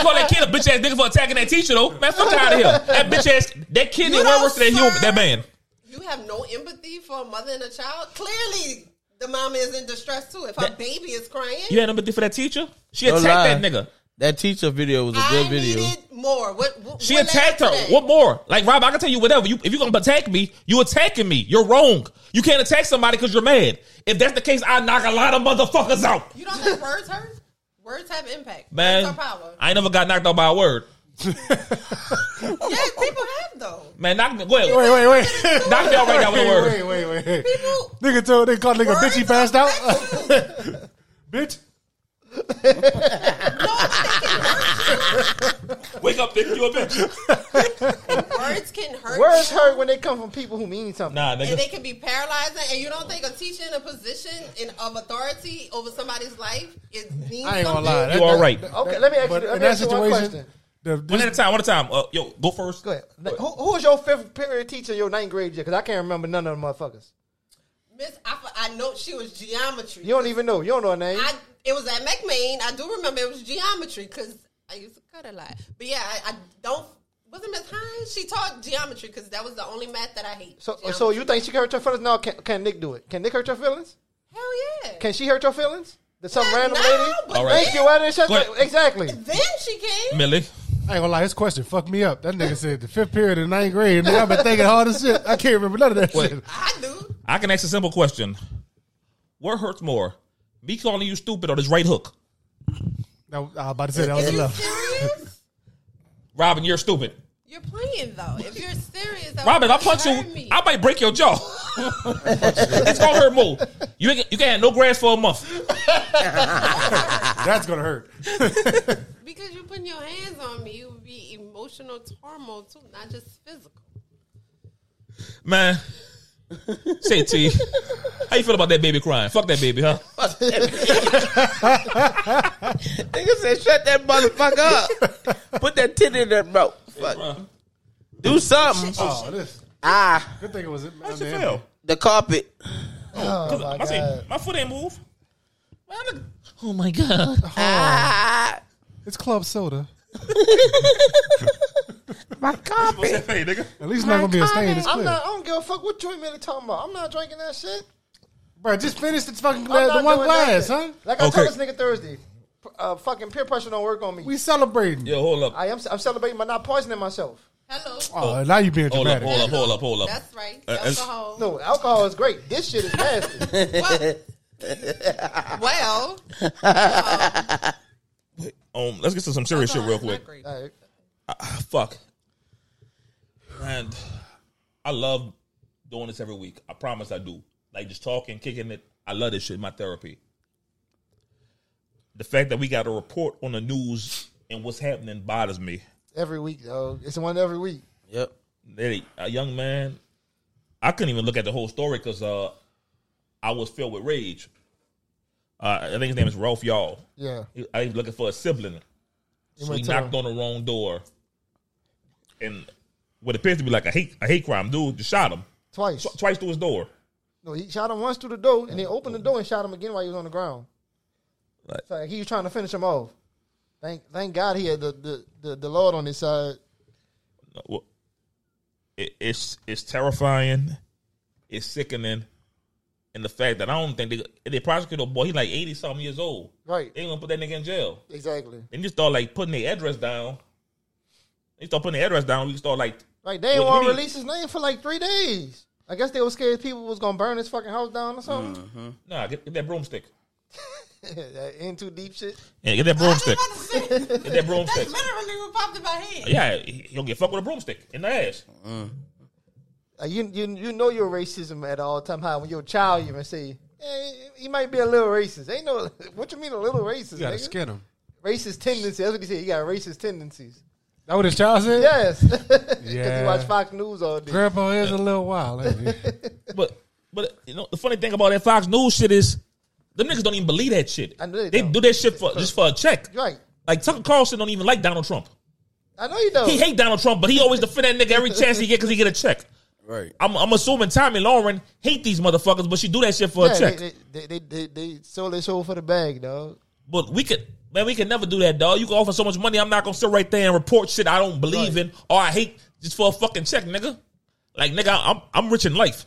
call that kid a bitch ass nigga for attacking that teacher though. Man, fuck out of here. That bitch ass. That kid You did way know, worse than that human. sir. That man. You have no empathy for a mother and a child. Clearly, the mom is in distress too. If her That- baby is crying, You had empathy for that teacher. She No attacked that lie. nigga. That teacher video was a I good video. needed more. What, what She what led attacked to her. that? What more? Like Rob, I can tell you whatever. You, if you're gonna attack me, you attacking me. You're wrong. You can't attack somebody because you're mad. If that's the case, I knock a lot of motherfuckers out. You don't think words hurt? Words have impact. Man, Words are power. I ain't never got knocked out by a word. yeah, people have though. Man, knock me. Go ahead. Wait, wait, wait. Knock me out right now with a word. wait, wait, wait, wait. People. Nigga told they called nigga bitch he Words passed out. affect you. bitch. No, but they can hurt Wake up, nigga. You a bitch. you. Words can hurt. Words you, hurt when they come from people who mean something. Nah, nigga. And they can be paralyzing. And you don't think a teacher in a position in, of authority over somebody's life is means I ain't gonna something? lie. That- You all right. Okay, let me ask you. But Let in me that ask you one situation, question. the, One this, at a time. One at a time. Uh, yo, go first. Go ahead. Who, who was your fifth period teacher in your ninth grade year? Because I can't remember none of them motherfuckers. Miss, I, f- I know she was geometry. You don't even know. You don't know her name. I, it was at McMaine. I do remember it was geometry because I used to cut a lot. But yeah, I, I don't. Wasn't Miss Hines? She taught geometry because that was the only math that I hate. so, oh, Geometry. so you think she can hurt your feelings? No, can, can Nick do it? Can Nick hurt your feelings? Hell yeah. Can she hurt your feelings? Did some Not random now, lady? but All right. Thank you. Why didn't shut Go your- ahead. Exactly. then she came. Millie. I ain't gonna lie, his question fucked me up. That nigga said the fifth period in ninth grade. Nigga, I've been thinking hard as shit. I can't remember none of that Wait. shit. I do. I can ask a simple question. What hurts more? Me calling you stupid or this right hook? I, I was about to say that was Is you enough. serious? Robin, you're stupid. You're playing though. If you're serious, that Robin, would I'll punch hurt you. me. I might break your jaw. it's gonna hurt more. You ain't, you can't have no grass for a month. That's gonna hurt. because you're putting your hands on me. You would be emotional turmoil too, not just physical. Man. Say it, T. How you feel about that baby crying? Fuck that baby, huh? Nigga said, shut that motherfucker up. Put that tit in that mouth. Fuck. Bruh. Do something. Oh, this. Ah, Good thing it was. I How'd you feel? the carpet. Oh my I say, god. my foot ain't move. Man, look- Oh my god. Ah, It's club soda. my What's carpet. that face, nigga? At least it's not gonna be a stain. It's I'm clear. not. I don't give a fuck what Joy Miller talking about. I'm not drinking that shit. Bro, just finish the fucking I'm glass, the not one doing glass, nothing. huh? Like I told Okay. this nigga Thursday, p- uh, fucking peer pressure don't work on me. We celebrating. Yo, hold up. I am. I'm celebrating by not poisoning myself. Hello. Oh, now you being Hold up, hold up, dramatic. hold up, hold up. That's right. Uh, it's- Alcohol. No, alcohol is great. This shit is nasty. What? well, Um, let's get to some serious shit real it's not quick. great. Like, Fuck. And I love doing this every week. I promise I do. Like just talking, kicking it. I love this shit. My therapy. The fact that we got a report on the news and what's happening bothers me. every week, though, it's one every week. Yep. They- A young man, I couldn't even look at the whole story because uh, I was filled with rage. Uh, I think his name is Ralph Y'all. Yeah, I was looking for a sibling. So he went to knocked the- on the wrong door. And what appears to be like a hate a hate crime dude just shot him twice. tw- twice through his door. No, he shot him once through the door, and then opened the door and shot him again while he was on the ground. Right. So like, he was trying to finish him off. Thank, thank God he had the the, the, the Lord on his side. Well, it- it's it's terrifying. It's sickening. And the fact that I don't think they, they prosecute a boy, he like 80 something years old. Right. They ain't gonna put that nigga in jail. Exactly. Then you start like putting the address down. They start putting the address down. We start like Like they didn't What- want to what do you- release his name for like three days. I guess they were scared people was gonna burn his fucking house down or something. Mm. nah, get, get that broomstick. that in too deep shit. Yeah, get that I was broomstick. about to say, that's Get that broomstick. literally what popped in my head. Yeah, he- he'll get fucked with a broomstick in the ass. Like you, you, you know your racism at all time high when your child even say, "Hey, he might be a little racist." Ain't no what you mean a little racist? You gotta nigga? skin him. Racist tendencies. That's what he said. He got racist tendencies. That what his child said? Yes, because he Yeah. watched Fox News all day. Grandpa is a little wild. ain't he? But but you know the funny thing about that Fox News shit is them niggas don't even believe that shit. I know they they don't. do that shit for just for a check. Right. Like Tucker Carlson don't even like Donald Trump. I know you don't. He hate Donald Trump, but he always defend that nigga every chance he get because he get a check. Right. I'm, I'm assuming Tommy Lauren hate these motherfuckers, but she do that shit for a yeah, check. they, they, they, they, they sold their soul for the bag, dog. But we could, man, we could never do that, dog. You can offer so much money, I'm not gonna sit right there and report shit I don't believe in or I hate just for a fucking check, nigga. Like, nigga, I'm I'm rich in life.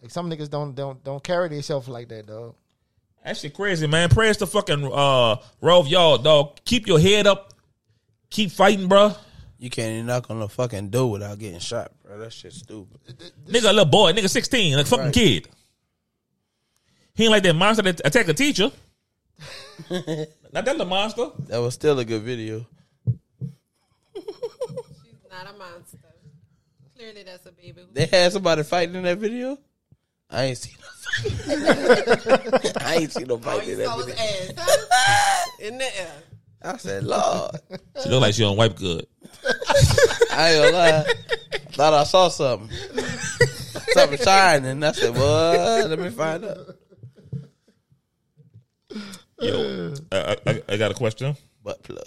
Like some niggas don't don't don't carry themselves like that, dog. That shit crazy, man. Prayers to fucking uh Rove y'all, dog. Keep your head up. Keep fighting, bro. You can't even knock on the fucking door without getting shot, bro. That shit's stupid. Nigga, a little boy, nigga, sixteen, like fucking Right. kid. He ain't like that monster that attacked a teacher. Not that little monster. That was still a good video. She's not a monster. Clearly, that's a baby. Who They had somebody fighting in that video. I ain't seen no fight. I ain't seen no All fight in you Oh, that saw was video. ass huh? in the air. I said, Lord, She look like she don't wipe good. I ain't gonna lie. Thought I saw something, something shining. I said, What? Let me find out. Yo, I, I, I got a question. Butt plug.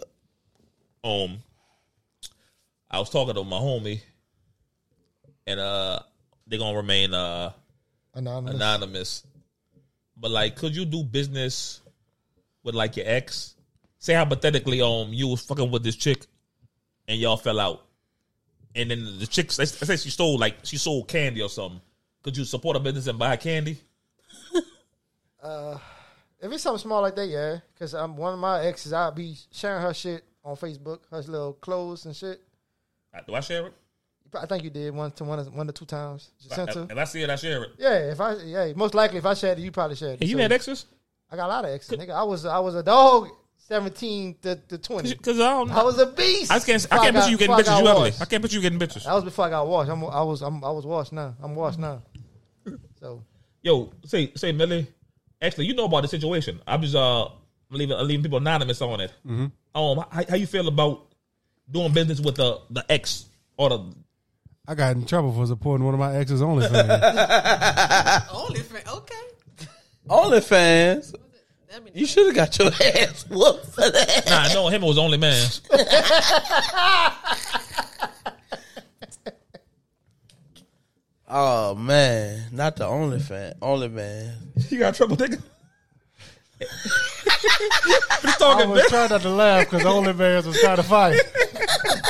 um I was talking to my homie and uh they're gonna remain uh Anonymous. anonymous. But like could you do business with like your ex? Say hypothetically um you was fucking with this chick and y'all fell out. And then the chick I say she stole like she sold candy or something. Could you support a business and buy candy? If it's something small like that, yeah. Because I'm one of my exes. I'll be sharing her shit on Facebook, her little clothes and shit. Uh, Do I share it? I think you did one to one, one to two times. You sent I, to. if I see it, I share it. Yeah, if I yeah, most likely if I shared it, you probably shared it. Hey, you So, had exes? I got a lot of exes, nigga. I was I was a dog seventeen to, to twenty. Because I don't. I was a beast. I can't. Before I can't picture you getting got- bitches. before I You got ugly. washed. I can't picture you getting bitches. That was before I got washed. I'm, I was I'm, I was washed now. I'm washed now. So Yo, say say Millie. Actually, you know about the situation. I'm just uh leaving uh, leaving people anonymous on it. Um, how, how you feel about doing business with the the ex or the I got in trouble for supporting one of my exes only. fans. Only friend. Oh, Okay. OnlyFans. That means You should have got your ass whooped for that. nah? No, him it was only man. Oh man, not the OnlyFans. OnlyFans. you got trouble, nigga. What you I talking, was bitch? trying not to laugh because OnlyFans was trying to fight.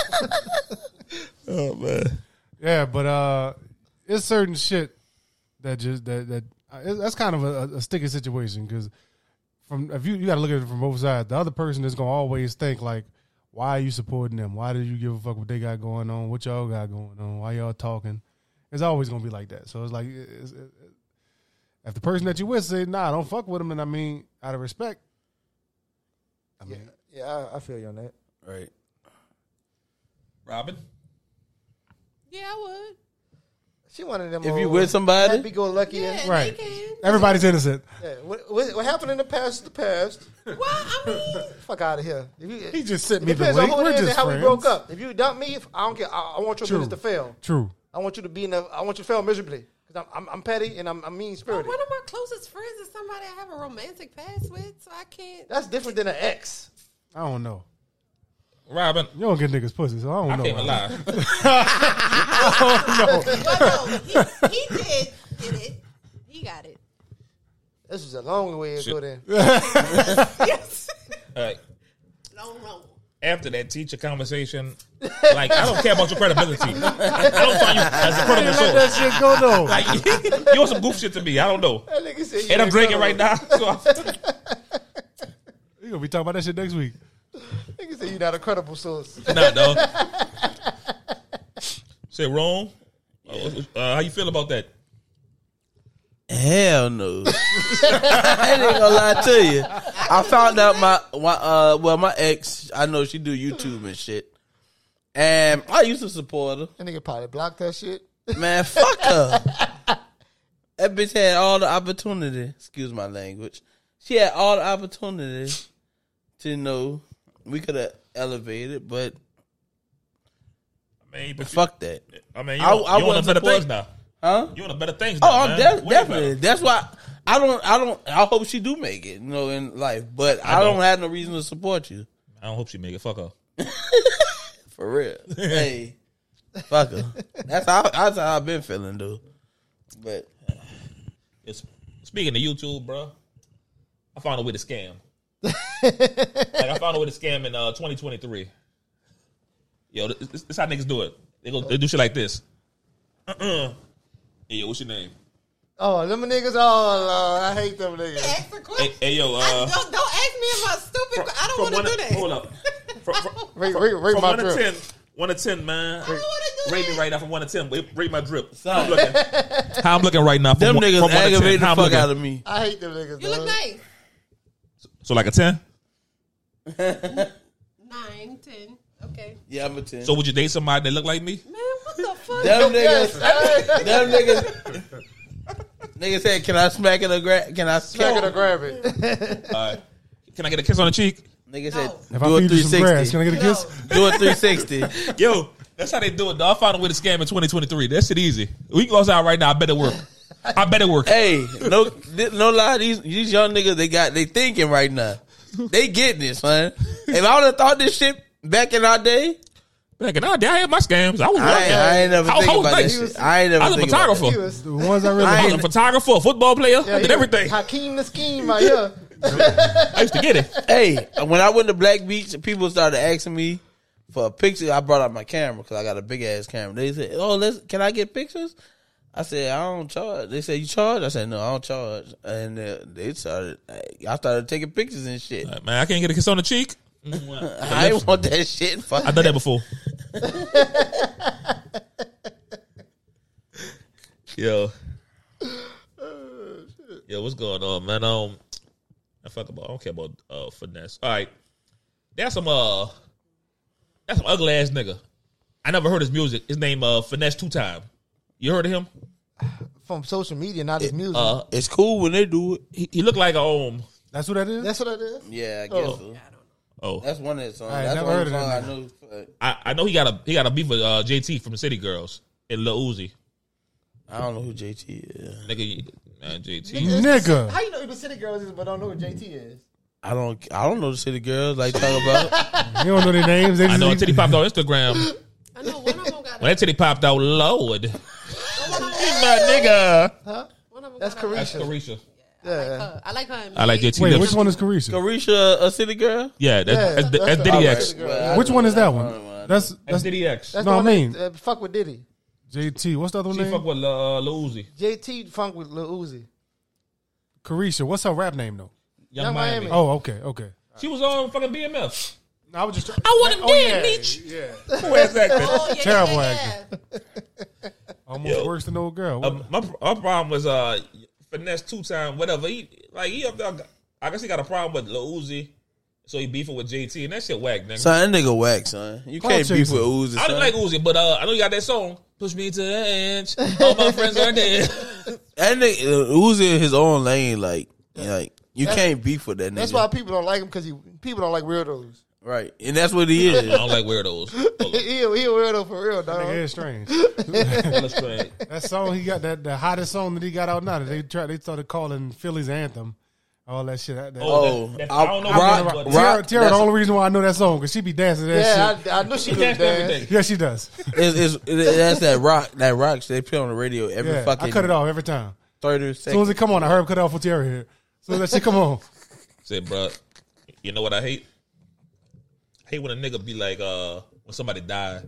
Oh man. Yeah, but uh, it's certain shit that just that that uh, it- that's kind of a, a sticky situation because from if you you got to look at it from both sides. The other person is gonna always think like, why are you supporting them? Why do you give a fuck what they got going on? What y'all got going on? Why y'all talking? It's always gonna be like that. So it's like it's, it, if the person that you with say, nah, don't fuck with them, and I mean out of respect, I mean yeah, I, I feel you on that. Right. Robin. yeah, I would. She wanted them. If you old with somebody? happy go lucky. Yeah, Yeah. Right. they can. everybody's innocent. What, what, what happened in the past is the past. Well, I mean, Fuck out of here. If you, He just sent it me the depends on link. who We're it is and just how we friends. broke up. If you dump me, if, I don't care. I, I want your True. business to fail. True. I want you to be in a. I want you to fail miserably because I'm, I'm I'm petty and I'm, I'm mean one of spirited. my closest friends is somebody I have a romantic past with, so I can't. That's different than an ex. I don't know. Robin. You don't get niggas pussy, so I don't I know. came man. alive. But no, he, he did, did it. He got it. This was a long way ago. Shit. Then Yes. All right. Long, long. Uh, after that teacher conversation, like I don't care about your credibility. I, I don't find you as a credible Let source. that shit go though. Like, you want some goof shit to me? I don't know. that nigga said, you And I'm ain't drinking credible. right now. So I, You gonna be talking about that shit next week? Nigga said you're not a credible source. nah, dog. Say wrong. Uh, how you feel about that? Hell no. I ain't gonna lie to you. I found out my, my uh well my ex I know she do YouTube and shit. And I used to support her. That nigga probably blocked that shit. Man, fuck her. That bitch had all the opportunity. Excuse my language. She had all the opportunity to know we could have elevated, but I mean, but you, fuck that. I mean, you, I, I- I you want wasn't a better supporting- things now. Huh? You want a better things. Oh, now, I'm man. def- Way better. definitely. That's why I don't. I don't. I hope she do make it, you know, in life. But I, don't don't. have no reason to support you I don't hope she make it. Fuck her. for real. hey, fuck her. That's how. That's how I've been feeling, dude. But It's, speaking of YouTube, bro, I found a way to scam. like I found a way to scam in uh, 2023. Yo, this, this, this how niggas do it. They go, they do shit like this. Uh-uh. Hey, yo, what's your name? Oh, them niggas. Oh, Lord, I hate them niggas. Ask a Hey, question. hey yo, I- uh, don't, don't ask me about stupid. que- I from don't want one to do to- that. Hold up. From, from, Rate, rate, rate from my one drip. to ten, one to ten, man. I don't want to do Rate that. me right now from one to ten. Rate, rate my drip. How Son. I'm looking. How I'm looking right now. From them one- niggas from one to 10. aggravate the How I'm fuck looking. out of me. I hate them niggas. You look dog. nice. So like a ten. Nine, ten. Okay. Yeah, I'm a ten. So would you date somebody that look like me? Man, what the fuck? them Yes, niggas. Them niggas. Niggas said, "Can I smack it or grab? Can I Back smack of it?" the grab it. Uh, can I get a kiss on the cheek? Nigga said, If "Do I a feed you some grass, can I get 360. a No. kiss? Do a 360." Yo, that's how they do it. Though. I found a way to scam in 2023. That shit easy. We can go outside right now. I bet it work. I bet it work. Hey, no, thi- no lie. These these young niggas, they got they thinking right now. They getting this, man. If I would have thought this shit back in our day, Back in our day, I had my scams. I was I, ain't- working. I ain't never I- I think was about that nice. shit. I ain't never. I was a think about that. He photographer. was. The ones I really I I ain't- was a photographer, a football player. I he did was everything. Hakeem the scheme right here. I used to get it. Hey, when I went to Black Beach, people started asking me for a picture. I brought out my camera because I got a big ass camera. They said, "Oh, let's can I get pictures?" I said, "I don't charge." They said, "You charge?" I said, "No, I don't charge." And uh, they started. I started taking pictures and shit. Like, man, I can't get a kiss on the cheek. I ain't want that shit. Fuck I've done that before. Yo. Yo, what's going on, man? Um, I fuck about. I don't care about uh finesse. All right, That's some uh, that's some ugly ass nigga. I never heard his music. His name uh, finesse two time. You heard of him? From social media, not his music. Uh, It's cool when they do it. he, he looked like a um. That's what that is. That's what it is. Yeah, I guess so. Oh, That's one of his songs. I That's never one heard of of the that songs I know. I, I know he got a he got a beef with uh, JT from the City Girls and Lil Uzi. I don't know who JT is. Nigga, you- man, JT. Nigga. How you know who the City Girls is, but don't know who JT is? I don't. I don't know the city girls like talk about. You don't know their names. They I just know until he popped on Instagram. I know one of them got When a, that titty popped out, Lord. He my nigga. one of them That's got a- That's Carisha. Carisha. Yeah. Uh, I like her. in I like Big. JT. Wait, Lipton. which one is Carisha? Carisha, a city girl. Yeah, that's, Yeah, that's, that's, that's Diddy the- X. Well, I Which know one is that that's one? That's That's that's Diddy X. That's No, the I one mean- that, uh, fuck with Diddy. JT. What's the other She fuck name? with uh, Lil Uzi. JT funk with Lil Uzi. Carisha. What's her rap name though? Young, Young Miami. Miami. Oh, okay, okay. She was on fucking BMF. I was just. Oh, I want him dead, bitch. Where's that? Oh, yeah, yeah, Terrible yeah, actor. yeah. Almost worse than old girl. Um, my, my problem was uh, finesse two time, whatever. He like he up there. I guess he got a problem with Lil Uzi, so he beefing with JT, and that shit whack, nigga. Son, that nigga whack, son. You Clout can't beef chasing. with Uzi. I Son. don't like Uzi, but uh, I know you got that song. Push me to the edge. All my friends are dead. that nigga uh, Uzi in his own lane. Like, like you That's- can't beef with that nigga. That's why people don't like him because he people don't like weirdos. right? And that's what he I is. don't like weirdos. He, he a weirdo for real, Nigga, dog. it's strange. That's strange. That song he got that the hottest song that he got out now. that They tried. They started calling Philly's anthem. All that shit. That, that, Oh, Oh, that- that- I- I don't know. Rock- what it was, Rock- Tiara, Tiara the that's- only reason why I know that song because she be dancing to that shit. Yeah, I, I knew she but could that's dance. everything. yeah, she does. it's, it's, it- that's that rock. That rock shit they play on the radio every Yeah, fucking. I cut it off every time. Thirty As soon as seconds. it come on, I heard him cut it off with Tiara here. So that shit come on. Said, bro, you know what I hate? I hate when a nigga be like, uh, when somebody die,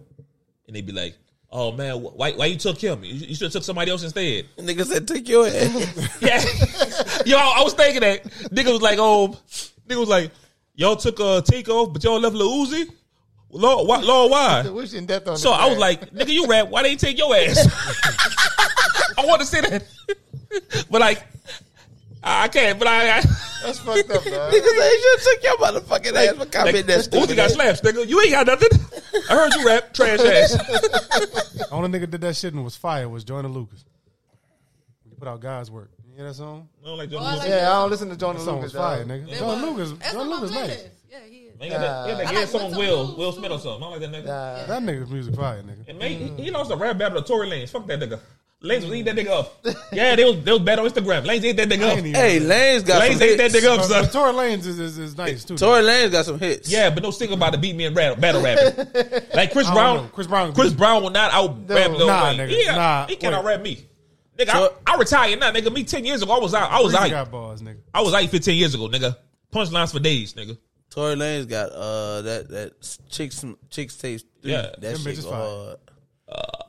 and they be like, oh man, wh- why why you took him? You, you should have took somebody else instead. Nigga said, "Take your ass." Yeah, yo, I, I was thinking that nigga was like, oh, nigga was like, y'all took uh Tico, but y'all left Lil Uzi. Lord, why, Lord, why? Wishing death on So his I was ass. like, nigga, you rap. Why they take your ass? I want to say that. but like, I, I can't. But I, I that's fucked up, dog. Nigga said, "You took your motherfucking ass for like, coming that Uzi stupid." got ass. slaps, nigga. You ain't got nothing. I heard you rap, trash ass. The only nigga did that shit and was fired was Joyner Lucas. He put out God's work. You hear that song? I don't like Johnny Oh, I Lucas. like yeah, I don't listen to John That song was Lucas. uh, dog. fire, nigga. That John one. Lucas. That's John on my Lucas playlist. nice. Yeah, he is. They got that, they got that I gay like song Whistle Will Blues, Will too. Smith or something. I don't like that nigga. Nah. That nigga's music fire, nigga. And man, he, he lost a rap battle to Tory Lanez. Fuck that nigga. Lanez was eating that nigga up. Yeah, they was they was bad on Instagram. Lanez ate that nigga I up. ain't even- Hey, Lane's got Lanez some ate that hits. nigga up, But- son. but Tory Lanez is, is, is nice too. Tory Lane's got some hits. Yeah, but no single about to beat me in rap, battle rapping. Like Chris I don't Brown, know. Chris Brown- Chris Brown will not out rap No. Lil Nah, Wayne. nigga. Yeah, Nah, he cannot wait. rap me. Nigga, So- I, I retired now, nigga. Me ten years ago, I was out. I was Breezy out. got bars, nigga. I was out fifteen years ago, nigga. Punchlines for days, nigga. Tory Lane's got uh that that chicks chicks tape. three. Yeah. that Them shit bitches go fire. hard.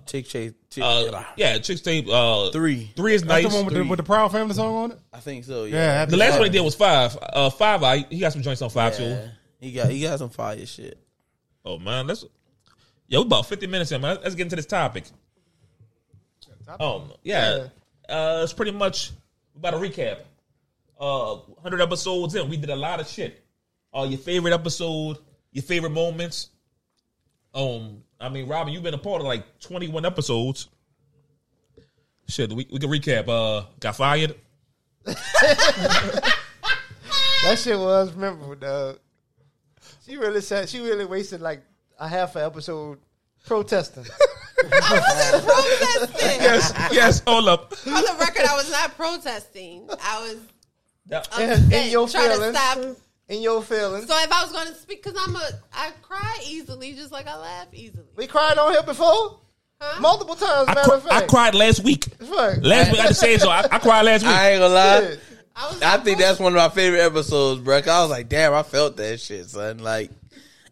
Chick chase. Chick, Uh, yeah, Chicks Tape. Uh, Three. three is That's nice. the one with the, three. with the Proud Family song on it. I think so. Yeah, Yeah, The last one he did was five. Uh, five. I he got some joints on five too. Yeah. He got he got some fire shit. Oh man, let's. Yo, we about fifty minutes in, man. Let's get into this topic. Um, yeah, Uh, it's pretty much we about a recap. Uh, hundred episodes in, we did a lot of shit. Uh, your favorite episode, your favorite moments. Um, I mean, Robin, you've been a part of like twenty-one episodes. Shit, we, we can recap. Uh, got fired. That shit was memorable, dog. She really said she really wasted like a half an episode protesting. Protesting. Yes, yes. Hold up. On the record, I was not protesting. I was That- upset, in your trying feelings. to stop. In your feelings. So if I was going to speak, because I'm a, I cry easily, just like I laugh easily. we cried on here before? Huh? Multiple times, I, matter cri- of I fact. cried last week. Fuck. Last week I just said so. I, I cried last week. I ain't gonna lie. Shit. I, was I like, think "Oh, that's one of my favorite episodes, bro. 'Cause I was like, damn, I felt that shit, son. Like,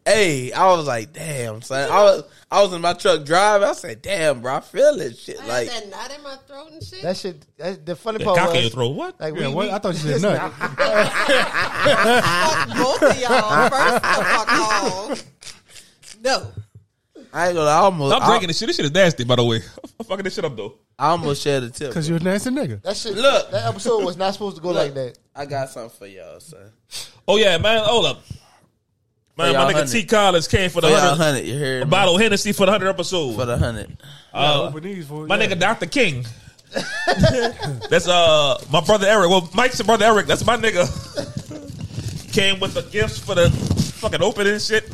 hey, I was like, damn, son. I was I was in my truck driving. I said, damn, bro, I feel this shit. I Like, had that knot in my throat and shit. That shit that, the funny That part cock in was, your throat. What? like Yeah, we, what? we- I thought you said nut. Fuck both of y'all. First of all, no. I ain't gonna. lie, I almost. I'm I, drinking this shit. This shit is nasty, by the way. I'm fucking this shit up though. I almost shared a tip. Because you're a nasty nigga. that shit Look. that episode was not supposed to go like that. I got something for y'all, son. Oh yeah, man. Hold up. Man, y'all my nigga 100. T. Collins came for the For y'all 100. hundred, you hear A me? bottle of Hennessy for the 100 episode. for the hundred. Uh, Open these for my yeah. nigga Dr. King. that's uh my brother Eric. Well, Mike's brother Eric. That's my nigga. Came with the gifts for the fucking opening shit.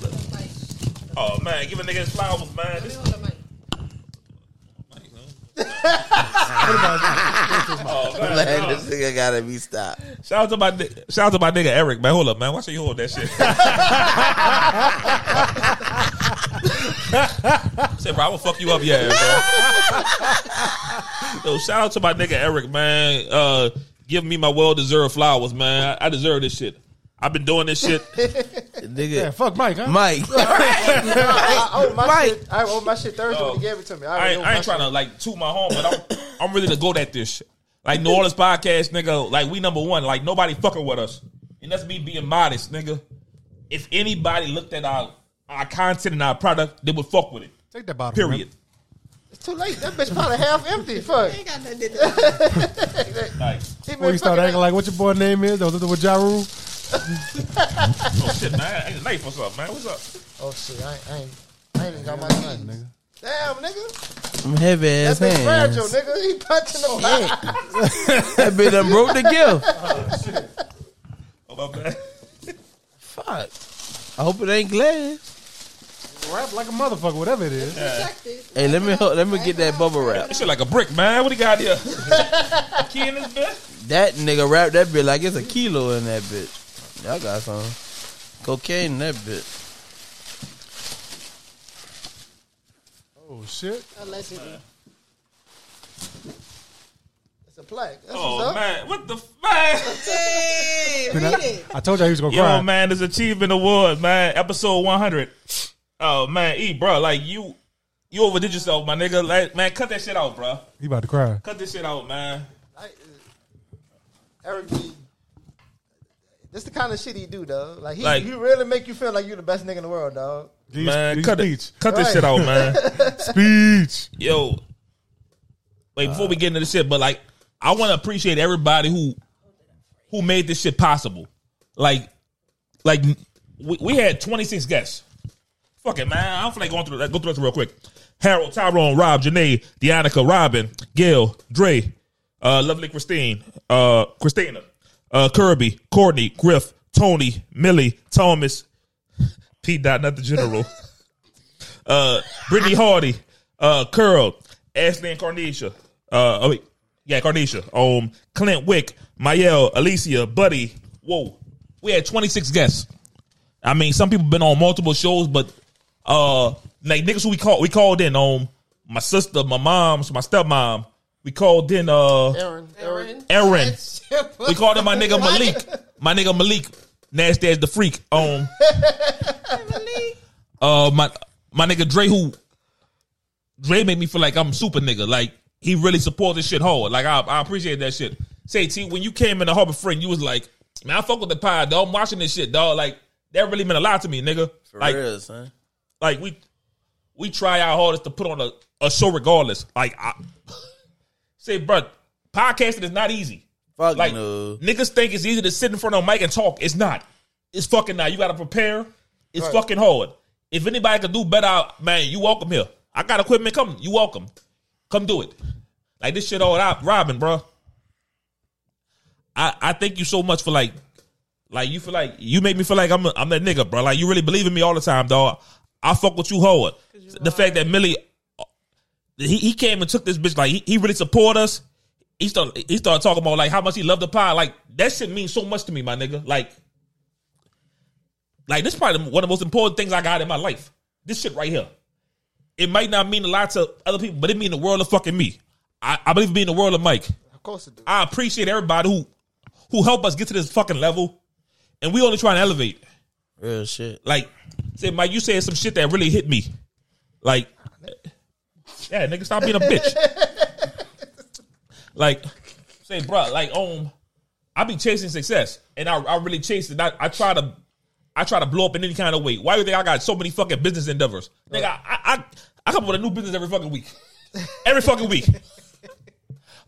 Oh man, give a nigga his flowers, man. This- Hold on, Mike. oh, man. Man, this nigga gotta be stopped. Shout out to my ni- shout out to my nigga Eric, man. Hold up, man. Why should you hold that shit? Say, bro, I will fuck you up, yeah, bro. Yo, shout out to my nigga Eric, man. Uh, give me my well deserved flowers, man. I, I deserve this shit. I've been doing this shit. Nigga, Yeah, fuck Mike, huh? Mike. I owe my Mike. shit. I owe my shit Thursday when he gave it to me. I I, ain't, I ain't trying to like toot my home, but I'm, I'm ready to go at this shit. Like New Orleans podcast, nigga. Like we number one. Like nobody fucking with us, and that's me being modest, nigga. If anybody looked at our our content and our product, they would fuck with it. Take that bottle. Period. It's too late. That bitch probably half empty. Fuck. I ain't got nothing to do with it. Like He Before been you start fucking- acting like what your boy name is, or with Ja Rule. oh shit, man. Hey, Life, what's up, man? What's up? Oh shit! I ain't, I ain't, I ain't even got my keys. Damn, nigga, I'm heavy that ass bitch hands. fragile, nigga. He punching the back. That bitch done broke the gift. Oh my man. Fuck. I hope it ain't glass. Rap like a motherfucker, whatever it is. Check this. Hey, let me help, let me get that bubble wrap. This shit like a brick, man. What he got here? A key in this bitch. That nigga wrapped that bitch like it's a kilo in that bitch. Y'all got some cocaine in that bitch. Oh shit! Allegedly. It's a plaque. That's what's Oh up. man, what the f- man? Hey, I, read it. I told you he was gonna Yo, cry. man, this achievement award, man, episode one hundred. Oh man, E, bro, like you, you overdid yourself, my nigga. Like, man, cut that shit out, bro. He about to cry. Cut this shit out, man. I, uh, Eric B. This the kind of shit he do, though. Like he, Like- he really make you feel like you the best nigga in the world, dog. These, Man, these cut speech. it, cut this Right. shit out, man. Speech. Yo, wait, before we get into this shit, but like, I want to appreciate everybody who who made this shit possible. Like, like we, we had twenty six guests. Fuck it, man. I'm finna go through that. Go through this real quick. Harold, Tyrone, Rob, Janae, Deonica, Robin, Gail, Dre, uh, lovely Christine, uh, Christina, uh, Kirby, Courtney, Griff, Tony, Millie, Thomas, P. Dot, not the general. uh, Brittany Hardy, uh, Curl, Ashley and Carnesha. Uh, oh wait, yeah, Carnesha. Um, Clint Wick, Mayel, Alicia, Buddy. Whoa, we had 26 guests. I mean, some people been on multiple shows, but uh, like niggas who we called we called in um my sister, my mom's, my stepmom. We called in uh Aaron, Aaron. Aaron. Shut We called in my nigga Malik. My nigga Malik, nasty as the freak. Um, uh, my my nigga Dre who Dre made me feel like I'm super nigga. Like he really supports this shit hard. Like I, I appreciate that shit. Say T, when you came in the Harbor Freight, you was like, man, I fuck with the pie, dog. I'm watching this shit, dog. Like that really meant a lot to me, nigga. For like real, son. like we we try our hardest to put on a, a show regardless. Like I say, bro, podcasting is not easy. Fuck Like no. niggas think it's easy to sit in front of a mic and talk. It's not. It's fucking not. You gotta prepare. It's fucking hard. If anybody could do better, I- man, you welcome here. I got equipment. Come, you welcome. Come do it. Like this shit all out, Robin, bro. I I thank you so much for like, like you feel like you make me feel like I'm a, I'm that nigga, bro. Like you really believe in me all the time, dog. I fuck with you hard. The fact that Millie, uh, he, he came and took this bitch like he, he really support us he started he started talking about like how much he loved the pod. Like that shit means so much to me, my nigga. Like, like this is probably one of the most important things I got in my life. This shit right here. It might not mean a lot to other people, but it mean the world of fucking me. I, I believe it mean the world of Mike. Of course it do. I appreciate everybody who who help us get to this fucking level, and we only trying to elevate. Real shit. Like, say Mike, you said some shit that really hit me. Like, yeah, nigga, stop being a bitch. like, say, bruh, like, um, I be chasing success, and I, I really chase it. I, I try to, I try to blow up in any kind of way. Why do you think I got so many fucking business endeavors? Nigga, I, I, I come up with a new business every fucking week, every fucking week,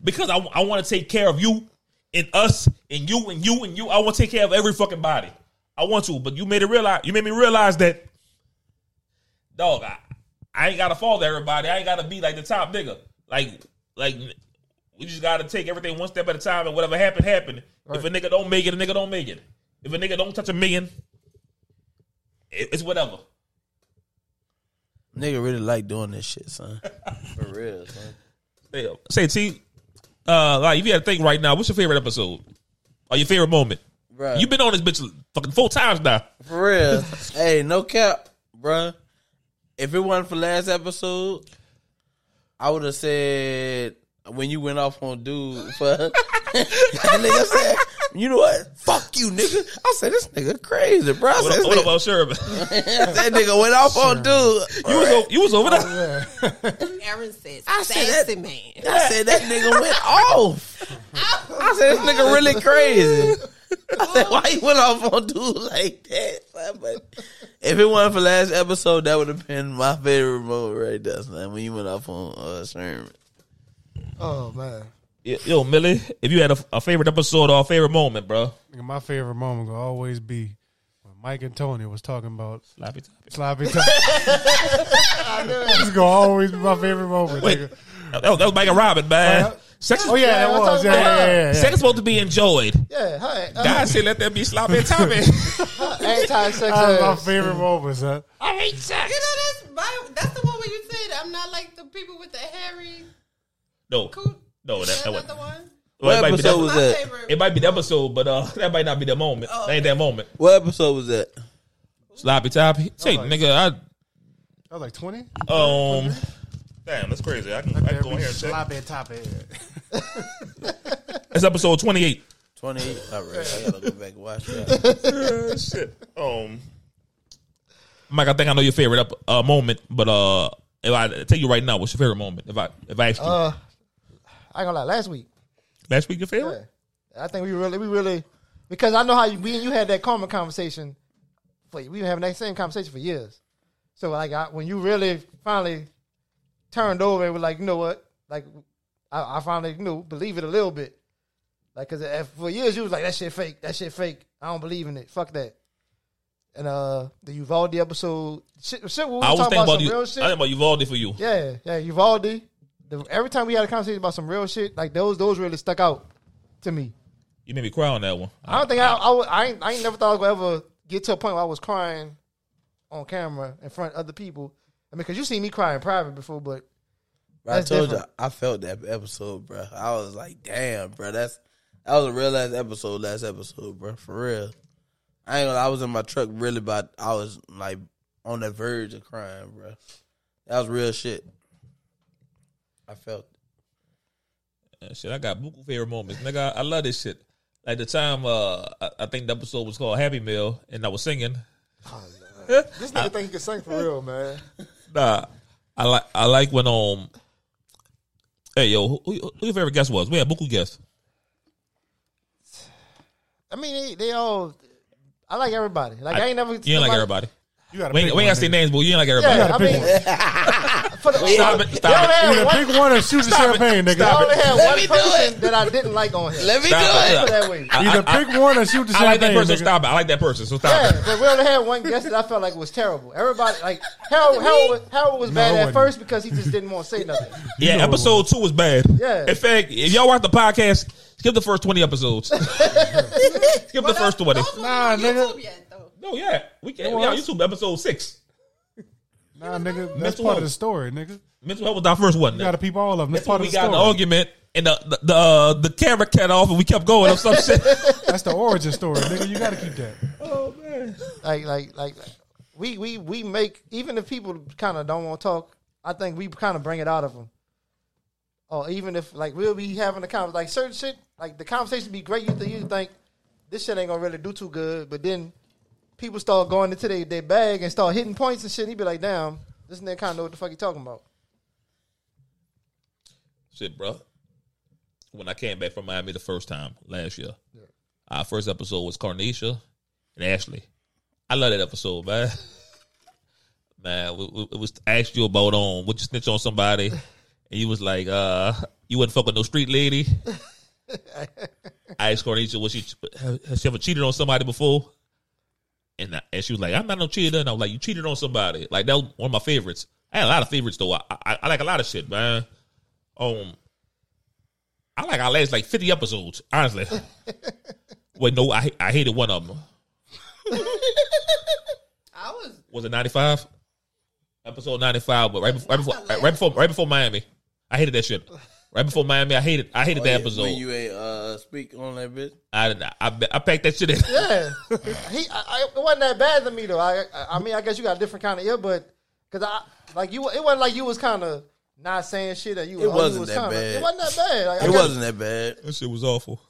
because I, I want to take care of you and us and you and you and you. I want to take care of every fucking body. I want to, but you made it realize you made me realize that dog, I, I ain't gotta fall to everybody. I ain't gotta be like the top nigga. Like like we just gotta take everything one step at a time and whatever happened, happened. If a nigga don't make it, a nigga don't make it. If a nigga don't touch a million, it- it's whatever. Nigga really like doing this shit, son. For real, son. Yeah. Say T, uh like if you had to think right now, what's your favorite episode? Or your favorite moment? Bro, You've been on this bitch fucking four times now. for real. hey, no cap, bruh. If it wasn't for last episode, I would have said when you went off on dude for that nigga said, you know what? Fuck you, nigga. I said this nigga crazy, bro. I What, said, what this nigga, about Sherman? that nigga went off on dude. You was, o- you was over there. Aaron says, I said that- sassy man. I said that nigga went off. I said this nigga really crazy. I said why he went off on dude like that? son? But if it wasn't for last episode, that would have been my favorite moment right there. Son. When you went off on uh, Sherman, Oh man. Yo, yo, Millie, if you had a, a favorite episode or a favorite moment, bro. Nigga, my favorite moment will always be when Mike and Tony was talking about Sloppy sloppy time. It's gonna always be my favorite moment. Wait, nigga. that was, that was Mike and Robin, man. Wait, Sex is, Oh yeah, that Yeah, was. what's Yeah, up, yeah, bro? yeah, yeah. sex is supposed to be enjoyed. Yeah, hi. Uh, God said, let that be sloppy Tommy. anti That was my sex. favorite moment, son. I hate sex. You know that's my, that's the one where you said I'm not like the people with the hairy No, coot. no, Is Oh, that, that not the wasn't. one. Well, it, what might be episode the, was My that? favorite. it might be the episode, but uh, that might not be the moment. That ain't that moment. What episode was that? Sloppy Toppy. Say, nigga, I was like twenty. I, um, damn, that's crazy. I can, I can go in here and check. Sloppy top head. That's episode 28. Twenty eight. All right, I gotta go back and watch that. Uh, shit. Um, Mike, I think I know your favorite up, uh, moment, but uh, if I tell you right now, what's your favorite moment? If I if I asked you Uh, I ain't gonna lie. Last week, last week, your favorite? I think we really, we really, because I know how you, we and you had that common conversation. For we've been having that same conversation for years. So like, I, when you really finally turned over and were like, you know what? Like, I, I finally you know believe it a little bit. Like, cause if- for years you was like, that shit fake, that shit fake. I don't believe in it. Fuck that. And uh, the Uvalde episode, shit, shit. We were I was thinking talking about, about some you. I real shit. think about Uvalde for you. Yeah, yeah, Uvalde. The, every time we had a conversation about some real shit, like those, those really stuck out to me. You made me cry on that one. I don't think I, I, would- I, ain't, I ain't never thought I would ever get to a point where I was crying on camera in front of other people. I mean, because you seen me cry in private before, but Bro, I That's told different. you I felt that episode, bro. I was like, damn, bro. That's that was a real last episode, last episode, bro. For real. I ain't gonna, lie, I was in my truck really about I was like on the verge of crying, bro. That was real shit. I felt it. Uh, Shit, I got buku favorite moments, nigga. I, I love this shit. Like the time, uh, I, I think the episode was called Happy Meal, and I was singing. this nigga think he can sing for real, man. Nah, I like I like when um. Hey yo, who, who, who your favorite guest was? We had buku guests. I mean, they, they all. I like everybody. Like I, ain't never. You ain't like everybody. You gotta We pick ain't, we ain't one, gotta say nigga. names, but you ain't like everybody. Yeah, I mean, for the, Stop it! Stop it! You I only gotta had pick one and shoot the Stop it. champagne, nigga. I only had one me do person that I didn't like on here. Let me Stop do it. it. Put it that way. I- Either I- pick one or shoot the I like that champagne. person. nigga. Stop it. I like that person. So stop Yeah, it. but we only had one guest that I felt like was terrible. Everybody like Harold. Harold, was- Harold was No, it bad at wasn't. first because he just didn't want to say nothing. Yeah, know episode two was bad. Yeah. In fact, if y'all watch the podcast, skip the first twenty episodes. skip the first twenty. Those Nah, ones on nigga. YouTube yet, though. No, yeah, we can. We on YouTube episode six. Nah, nigga. That's Mental part health. of the story, nigga. You Mental health was our first one. gotta peep all of them. That's, That's part when of we the got in the story. argument and the the the, uh, the camera cut off and we kept going or some shit. That's the origin story, nigga. You gotta keep that. Like like like we we we make even if people kind of don't want to talk, I think we kind of bring it out of them. Or even if like we'll be having a conversation, like certain shit, like the conversation be great. You think you think this shit ain't gonna really do too good, but then people start going into their, their bag and start hitting points and shit. He be like, damn, this nigga kind of know what the fuck he talking about. Shit, bro. When I came back from Miami the first time last year, our first episode was Carnesha and Ashley. I love that episode, man. man, we, we, it was asked you about um, would you snitch on somebody? and you was like, uh, you wouldn't fuck with no street lady. I asked Carnesha, was she has she ever cheated on somebody before? and I, and she was like, "I'm not no cheater." And I was like, "You cheated on somebody." Like that was one of my favorites. I had a lot of favorites though. I I, I like a lot of shit, man. Um, I like our last like 50 episodes, honestly. Wait, no, I I hated one of them. I was Was it 95? Episode 95, but right before, right before right, before right before Miami, I hated that shit. Right before Miami, I hated I hated that episode. Oh, When you ain't uh, speak on that bitch. I, did not- I I packed that shit in. Yeah, he. I, I, it wasn't that bad to me though. I, I, I mean, I guess you got a different kind of ear, but because I like you, it wasn't like you was kind of not saying shit that you. It oh, you wasn't was that kinda- bad. It wasn't that bad. Like, I It guess- wasn't that bad. That shit was awful.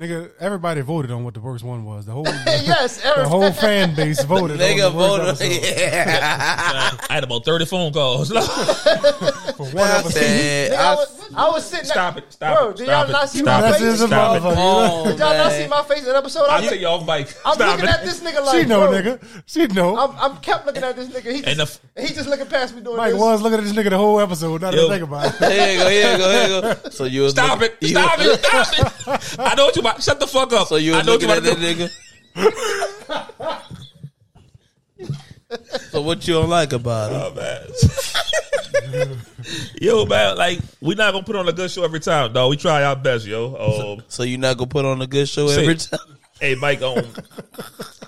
Nigga, everybody voted on what the worst one was. The whole yes, the every- whole fan base voted. Nigga on the worst voted. episode Yeah. I had about 30 phone calls. for one I episode. said, Nigga, I, I was, I was sitting. Stop there, it, stop bro, it, Did stop y'all it, not see stop my it, face? That's Did a Stop it. motherfucker. Oh, y'all not man. see my face in the episode? I'll I'm, take you off bike. I'm Stop looking it. at this nigga like, she know, bro, nigga. She know. I'm, I'm kept looking at this nigga. He And just, he just looking past me doing Mike this. was looking at this nigga the whole episode. Not Yo. to think about it. Here you go, here you go, here you go. So you was Stop looking- it. you- Stop it. Stop it. I know what you about. Shut the fuck up. So you I was know what you looking at about to that do. nigga. so what you don't like about it? Oh, man. yo, man, like, we not going to put on a good show every time, dog. We try our best, yo. Um, So you not gonna put on a good show See. every time? hey, Mike, um,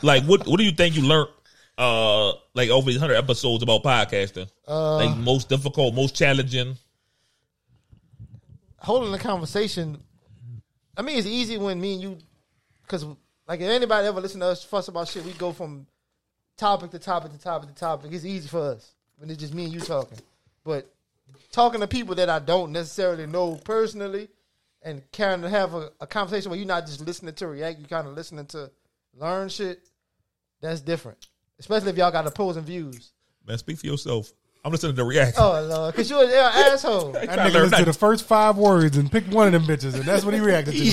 like, what, what do you think you learned, uh, like, over these 100 episodes about podcasting? like, most difficult, most challenging. holding the conversation. I mean, it's easy when me and you, because like if anybody ever listen to us fuss about shit, we go from topic to topic to topic to topic. It's easy for us when it's just me and you talking. But talking to people that I don't necessarily know personally, and kind of have a, a conversation where you're not just listening to react, you kind of listening to learn shit. That's different, especially if y'all got opposing views. Man, speak for yourself. I'm listening to React. Oh lord, because you're an asshole. I That try to nigga learn listened to that. the first five words and picked one of them bitches, and that's what he reacted to.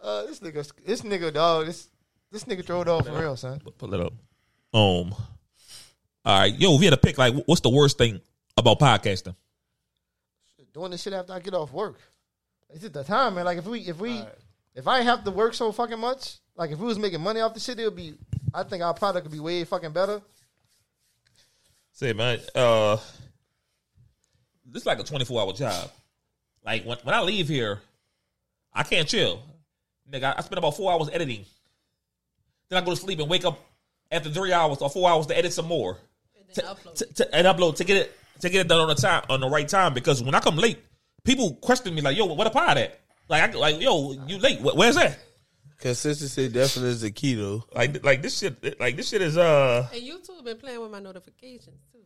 Uh, this nigga, this nigga, dog, this this nigga throw it off for real, son. pull it up. Um. All right, yo, if you had to pick, like, what's the worst thing about podcasting? doing this shit after I get off work. It's just the time, man. Like if we if we if I didn't have to work so fucking much, like if we was making money off the shit, it would be I think our product would be way fucking better. Say, man, uh, this is like a twenty four hour job. Like when when I leave here, I can't chill, nigga. I, I spend about four hours editing, then I go to sleep and wake up after three hours or four hours to edit some more, To- upload. to- to- and upload to get it to get it done on the time on the right time. Because when I come late, people question me like, "Yo, what a pod at?" Like, I, like, yo, you late? Where- Where's that? Consistency definitely is the key though. Like, like this shit, like this shit is uh. and YouTube been playing with my notifications too.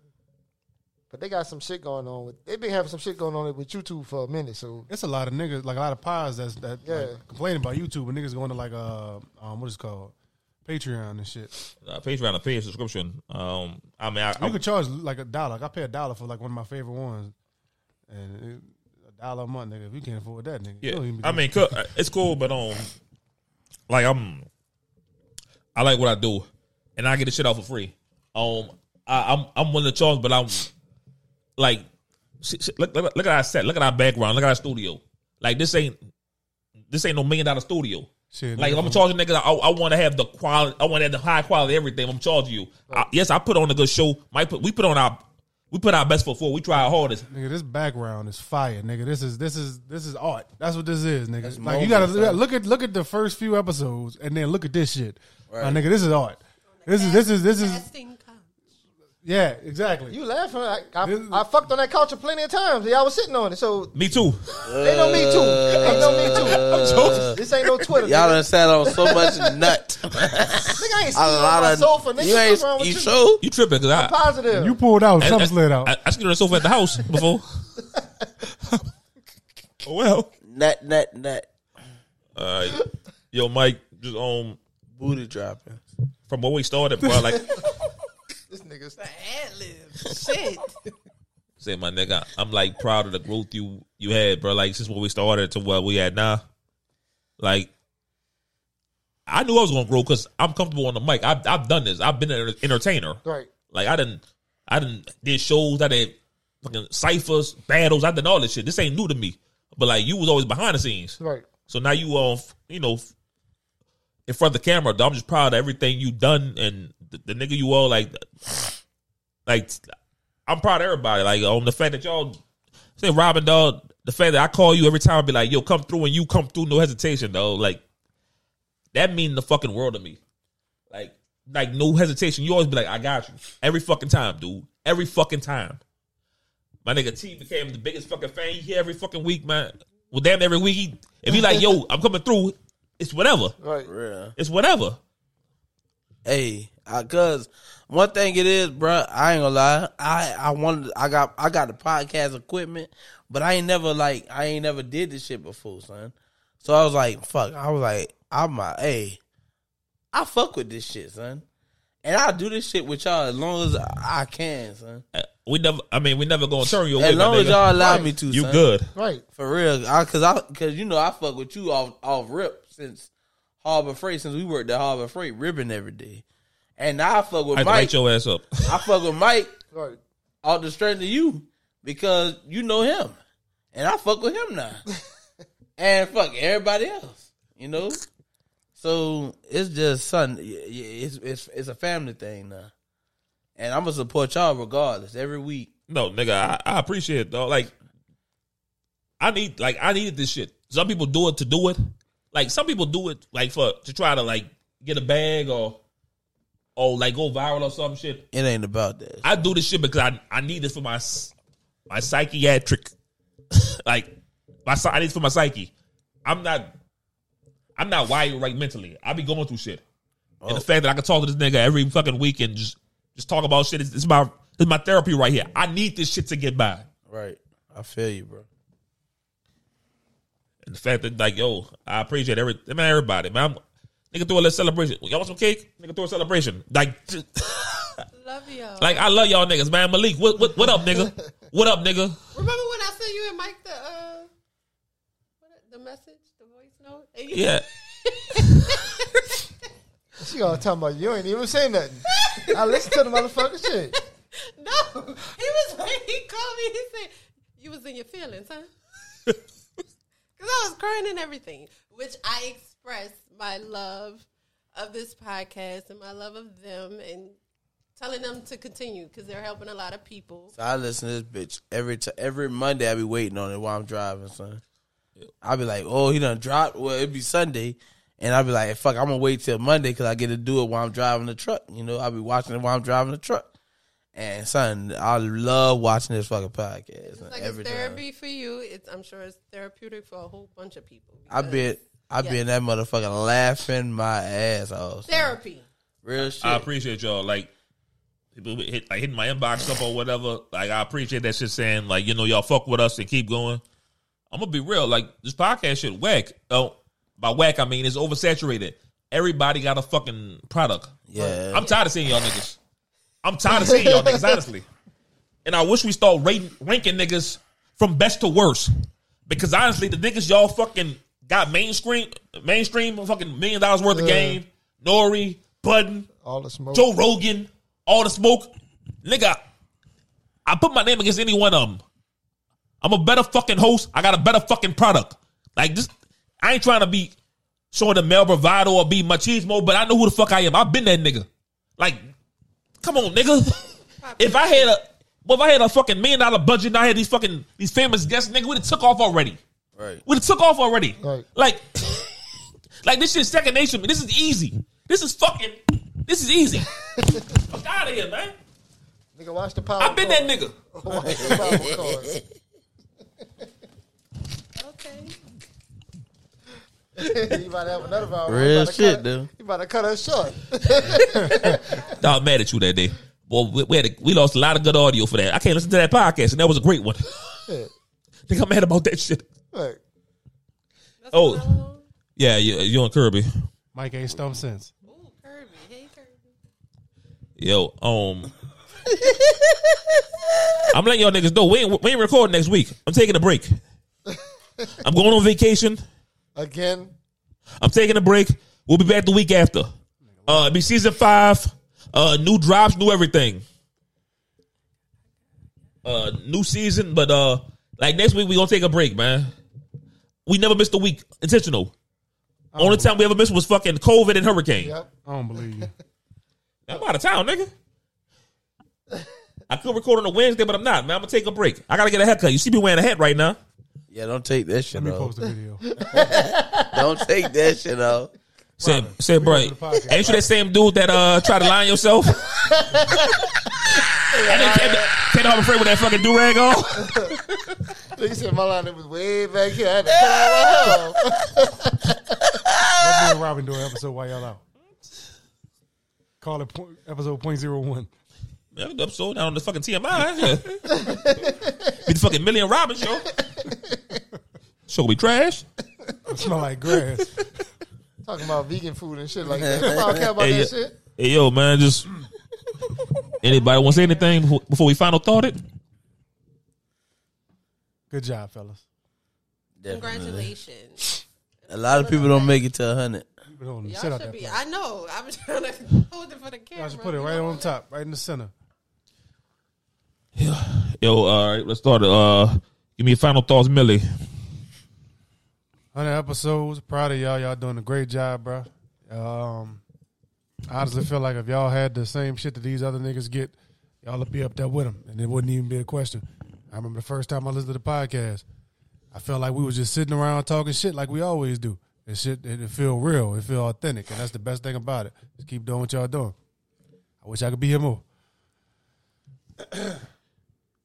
But they got some shit going on with they've been having some shit going on with YouTube for a minute, so It's a lot of niggas, like a lot of pies that's that like, Yeah. complaining about YouTube, and niggas going to like uh um what is it called Patreon and shit. uh, Patreon, a paid subscription. Um, I mean, I, You I, could charge like a dollar. Like I pay a dollar for like one of my favorite ones, and it, a dollar a month, nigga. If you can't afford that, nigga, you yeah, don't even be I doing- mean, co- uh, it's cool, but um, like I'm, I like what I do, and I get the shit out for free. Um, I, I'm I'm willing to charge, but I'm like, sh- sh- look, look look at our set, look at our background, look at our studio. Like this ain't this ain't no million dollar studio. Shit, like nigga, if I'm charging niggas, I, I want to have the quality. I want to have the high quality everything. I'm charging you. I, yes, I put on a good show. Mike, put, we put on our we put our best foot forward. We try our hardest. Nigga, this background is fire, nigga. This is this is this is art. That's what this is, nigga. like you gotta look at look at the first few episodes and then look at this shit. Now, nigga, this is art. This is this is Hmm. this is Fasting couch. yeah, exactly. you laughing. I, I, I fucked on that culture plenty of times. Y'all was sitting on it, so Me too. they don't need to. Ain't no need to. I'm joking. This ain't no Twitter. Uh, Y'all Y'all nigga. done sat on so much nut. nigga I ain't A sitting on lot my of sofa. Nigga, you ain't what's wrong with you you? sure? You tripping? Cause I, Positive. You pulled out, I, something slid out. I, I sleep on the sofa at the house before. oh well. Nut nut nut. All right, yo, Mike, just um, Booty dropping. from where we started, bro. Like, this nigga's Ad lib. Shit. say my nigga, I'm like proud of the growth you you had, bro. Like since where we started to where we at now, like. I knew I was gonna grow because I'm comfortable on the mic. I've, I've done this. I've been an entertainer. right. Like I didn't, I didn't did shows. I did fucking ciphers, battles. I did all this shit. This ain't new to me. But like you was always behind the scenes. Right. So now you all, you know, in front of the camera. dog, I'm just proud of everything you done and the, the nigga you all like, like I'm proud of everybody. Like on the fact that y'all say Robin dog, the fact that I call you every time I be like, yo, come through and you come through, no hesitation though. Like that mean the fucking world to me. Like like no hesitation. You always be like, I got you every fucking time, dude. Every fucking time. My nigga T became the biggest fucking fan. He here every fucking week, man. Well, damn, every week he if he like, yo, I'm coming through. It's whatever. Right. Real. It's whatever. Hey, I, cause one thing it is, bruh, I ain't gonna lie. I I wanted, I got, I got the podcast equipment, but I ain't never like, I ain't never did this shit before, son. So I was like, fuck. I was like, I'm my, hey, I fuck with this shit, son, and I do this shit with y'all as long as I can, son. Uh, We never. I mean, we never gonna turn you away. As my long as nigga. y'all allow me to, you son. good. Right. For real, I, cause I, cause you know I fuck with you off off rip since Harbor Freight since we worked at Harbor Freight ribbon every day, and now I fuck with I Mike. light your ass up. I fuck with Mike Right. all the strength of you because you know him, and I fuck with him now, and fuck everybody else, you know. So it's just son, y- y- it's it's it's a family thing now, and I'm gonna support y'all regardless every week. No, nigga, I, I appreciate it though. Like, I need, like, I needed this shit. Some people do it to do it. Like, some people do it, like, for to try to like get a bag or, or like go viral or some shit. It ain't about that. I do this shit because I I need this for my s- my psychiatric, like, my psy- I need this for my psyche. I'm not, I'm not wired right mentally. I be going through shit, and the fact that I can talk to this nigga every fucking week and just just talk about shit is this is my this is my therapy right here. I need this shit to get by. Right, I feel you, bro. And the fact that like, yo, I appreciate every man, everybody, man. I'm, nigga throw a little celebration. Y'all want some cake? Nigga throw a celebration. Like, Love y'all. like I love y'all niggas, man. Malik, what what, what up, nigga? What up, nigga? Remember when I sent you and Mike the uh, what, the message, the voice note? And you- Yeah, She all talking about you ain't even saying nothing. I listen to the motherfucking shit. No, he was like he called me. He said you was in your feelings, huh? Because I was crying and everything, which I expressed my love of this podcast and my love of them and telling them to continue because they're helping a lot of people. So I listen to this bitch every t- every Monday. I be waiting on it while I'm driving, son. I be like, oh, he done dropped. Well, it be Sunday, and I be like, fuck, I'm gonna wait till Monday because I get to do it while I'm driving the truck. You know, I be watching it while I'm driving the truck. And son, I love watching this fucking podcast. It's son, like every it's time. therapy for you. It's I'm sure it's therapeutic for a whole bunch of people. I because been I Yeah. been that motherfucker laughing my ass off. son. therapy. Real shit. I appreciate y'all. Like, people be hit like hitting my inbox up or whatever. Like, I appreciate that shit saying like, you know, y'all fuck with us and keep going. I'm gonna be real. Like, this podcast shit whack. Oh, by whack I mean it's oversaturated. Everybody got a fucking product. yeah. I'm tired of seeing y'all niggas. I'm tired of seeing y'all niggas, honestly. And I wish we start rating, ranking niggas from best to worst. Because honestly, the niggas y'all fucking got mainstream, mainstream fucking million dollars worth of game. Nori, Budden, All the smoke. Joe Rogan, all the smoke. Nigga, I put my name against any one of them. I'm a better fucking host. I got a better fucking product. Like this, I ain't trying to be showing the male bravado or be machismo, but I know who the fuck I am. I've been that nigga. Like, come on, nigga. if I had a, well, if I had a fucking million dollar budget, and I had these fucking these famous guests, nigga, we'd have took off already. Right. We'd have took off already. Right. Like, like this shit's second nation. man. This is easy. This is fucking. This is easy. Fuck out of here, man. Nigga, watch the power. I've been that cord. nigga. Watch the power cord. Okay. you about to have another power cord. Real You about to cut shit, it- dude. You about to cut her short. I was mad at you that day. Boy, we, we, had a, we lost a lot of good audio for that. I can't listen to that podcast, and that was a great one. Shit. Think I'm mad about that shit. Look, That's Oh. another one. Yeah, you, you and Kirby. Mike ain't stumped since. Ooh, Kirby. Hey, Kirby. Yo, um. I'm letting y'all niggas know we ain't, we ain't recording next week. I'm taking a break. I'm going on vacation. again, I'm taking a break. We'll be back the week after. Uh, it'll be season five. Uh, new drops, new everything. Uh, new season, but uh, like next week we gonna take a break, man. We never missed a week. Intentional. Only time we ever missed was fucking COVID and hurricane. Yep. I don't believe you. I'm out of town, nigga. I could record on a Wednesday, but I'm not, man. I'm gonna take a break. I gotta get a haircut. You see me wearing a hat right now. Yeah, don't take that shit Let me off. post the video. Don't take that shit off. Say, say, bro, to the podcast. ain't you that same dude that uh tried to line yourself? and then came to, came to Harbor Freight with that fucking do rag on. Nigga said my line was way back here. I had to cut it out. Let me and Robin do an episode while y'all out. Call it point, episode point zero one. Yeah, I'm sold out on the fucking TMI. Yeah. Be the fucking Million Robin show. Show be trash. It smell like grass. Talking about vegan food and shit like that. Come on, care about Hey, that yeah. shit. Hey yo, man, just anybody want to say anything before, before we final thought it? Good job, fellas. Definitely. Congratulations. A lot of people don't make it to hundred. Keep it on. Sit Y'all out should that. be. place. I know. I'm trying to hold it for the camera. I should put it right on top, right in the center. Yo, all right, let's start it. Uh, give me your final thoughts, Millie. Hundred episodes. Proud of y'all. Y'all doing a great job, bro. Um, I honestly feel like if y'all had the same shit that these other niggas get, y'all would be up there with them, and it wouldn't even be a question. I remember the first time I listened to the podcast, I felt like we was just sitting around talking shit like we always do. It shit, it, it feel real, it feel authentic, and that's the best thing about it. Just keep doing what y'all doing. I wish I could be here more.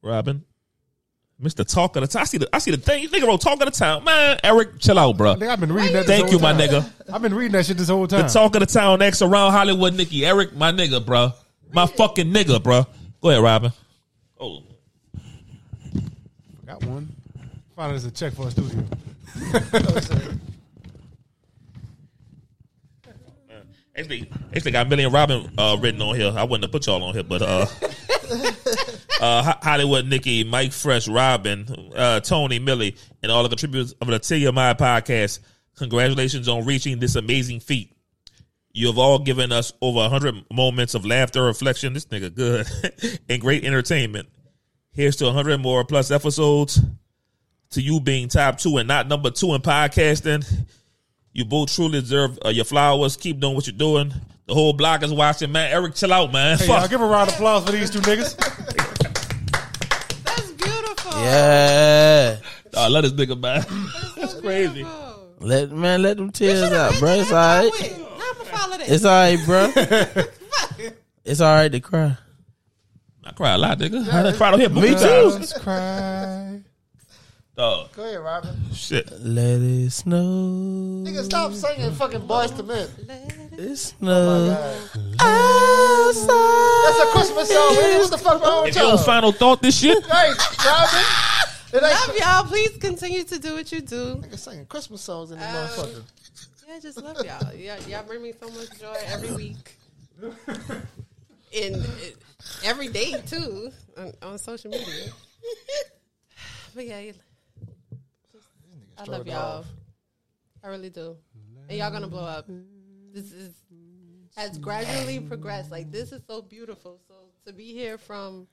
Robin, Mister Talk of the Town. I see the I see the thing. You nigga wrote Talk of the Town, man. Eric, chill out, bro. I think I've been reading that. this Thank whole you, my time. nigga. I've been reading that shit this whole The time. Talk of the Town X around Hollywood, Nikki. Eric, my nigga, bro. My fucking nigga, bro. Go ahead, Robin. Oh, Got one. Finally, there's a check for a studio. Actually, actually got Millie and Robin uh, written on here. I wouldn't have put y'all on here, but uh, uh, Ho- Hollywood Nikki, Mike Fresh, Robin, uh, Tony, Millie, and all the contributors of the Tell Your Mind podcast. Congratulations on reaching this amazing feat. You have all given us over 100 moments of laughter, reflection, this nigga good, and great entertainment. Here's to 100 more plus episodes. To you being top two and not number two in podcasting. You both truly deserve uh, your flowers. Keep doing what you're doing. The whole block is watching, man. Eric, chill out, man. Hey, Fuck. y'all give a round of applause for these two niggas. That's beautiful. Yeah, Oh, I love this nigga, man. That's crazy. Beautiful. let man let them tears Should've out, been bro. there to start It's all right. with. Now I'ma follow that. It's all right, bro. it's all right to cry. I cry a lot, nigga. I cried on here. Me Let's cry. Dog. Go ahead, Robin. Shit. Let it snow. Nigga, Oh stop singing fucking boys to men. It snow. That's outside. a Christmas song, man. What the fuck wrong with If your y'all? final thought this shit, Right, Robin. It Love ain't y'all. Please continue to do what you do. nigga singing Christmas songs in the Um, motherfucker. Yeah, I just love y'all. Yeah, y'all bring me so much joy every week. And it, every day too on, on social media. But yeah, you- I love y'all. I really do. And y'all gonna blow up. This is has gradually progressed. Like this is so beautiful. So to be here from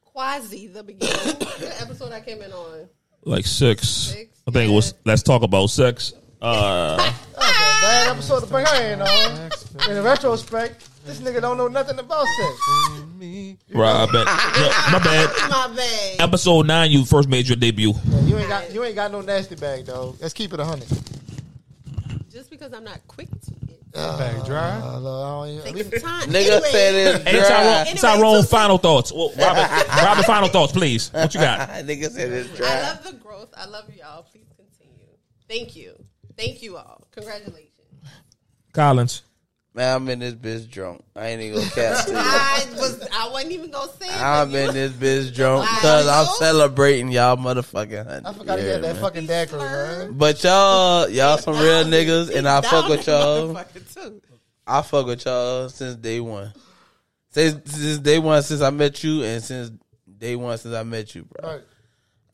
quasi the beginning, the episode I came in on. like six. Six, I think it was. Let's talk about sex. Uh, Bad episode to bring her in on. In retrospect, this nigga don't know nothing about sex. Robin. Yeah, my bad. My bag. Episode nine. You first made your debut. You ain't got you ain't got no nasty bag, though. Let's keep it a hundred. Just because I'm not quick to it. Bag dry. Uh, Lord, I don't even- Take some time. Nigga Anyway, said Hey, it's dry. Tyrone. Anyway, Tyrone. so- Final thoughts. Well, Robin. Robin. Final thoughts, please. What you got? Nigga said it's I dry. love the growth. I love y'all. Please continue. Thank you. Thank you all. Congratulations. Collins. Man, I'm in this bitch drunk. I ain't even gonna cast it. I was. I wasn't even gonna say it. but I'm you- in this bitch drunk because I'm celebrating y'all motherfucking honey. I forgot he Yeah, had that man. fucking daiquiri, man. But y'all, y'all some real niggas, and I Down fuck with that y'all. motherfucker, too. I fuck with y'all since day one. Since, since day one, since I met you, and since day one, since I met you, bro. Right.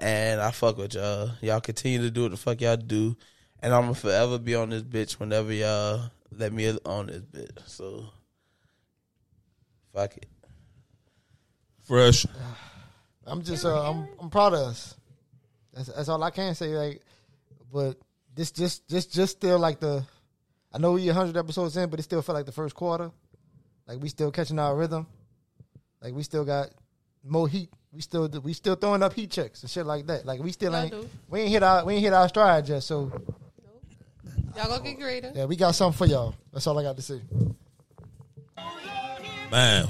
And I fuck with y'all. Y'all continue to do what the fuck y'all do, and I'm gonna forever be on this bitch whenever y'all let me on this bitch. So, fuck it. Fresh. I'm just uh, I'm I'm proud of us. That's that's all I can say. Like but this just just just still like the I know we hundred episodes in, but it still felt like the first quarter. Like we still catching our rhythm. Like we still got more heat. We still we still throwing up heat checks and shit like that. Like we still Y'all ain't do. we ain't hit our we ain't hit our stride yet. So Y'all gonna get greater. yeah, we got something for y'all. That's all I got to say. Man,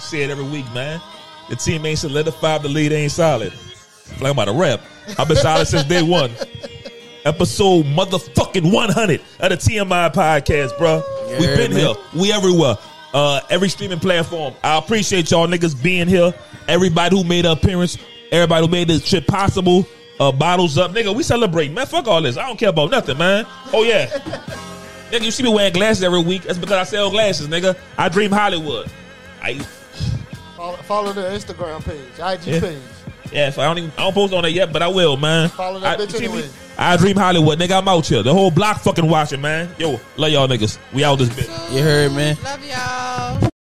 say it every week, man. The team ain't solidified. The lead ain't solid. Like I'm about to rap. I've been solid since day one. Episode motherfucking 100 of the TMI podcast, bro. We've been here. man. We everywhere. Uh, every streaming platform. I appreciate y'all niggas being here. Everybody who made an appearance. Everybody who made this shit possible. Uh, bottles up, nigga. We celebrate, man. Fuck all this. I don't care about nothing, man. Oh yeah. Nigga, you see me wearing glasses every week. That's because I sell glasses, nigga. I dream Hollywood. I Follow, follow the Instagram page, IG Yeah. page. yeah, so I don't even I don't post on it yet, but I will, man. Follow that I, bitch you see me? anyway. I dream Hollywood, nigga. I'm out here. The whole block fucking watching, man. Yo, love y'all niggas. We out this bitch. You heard, man. Love y'all.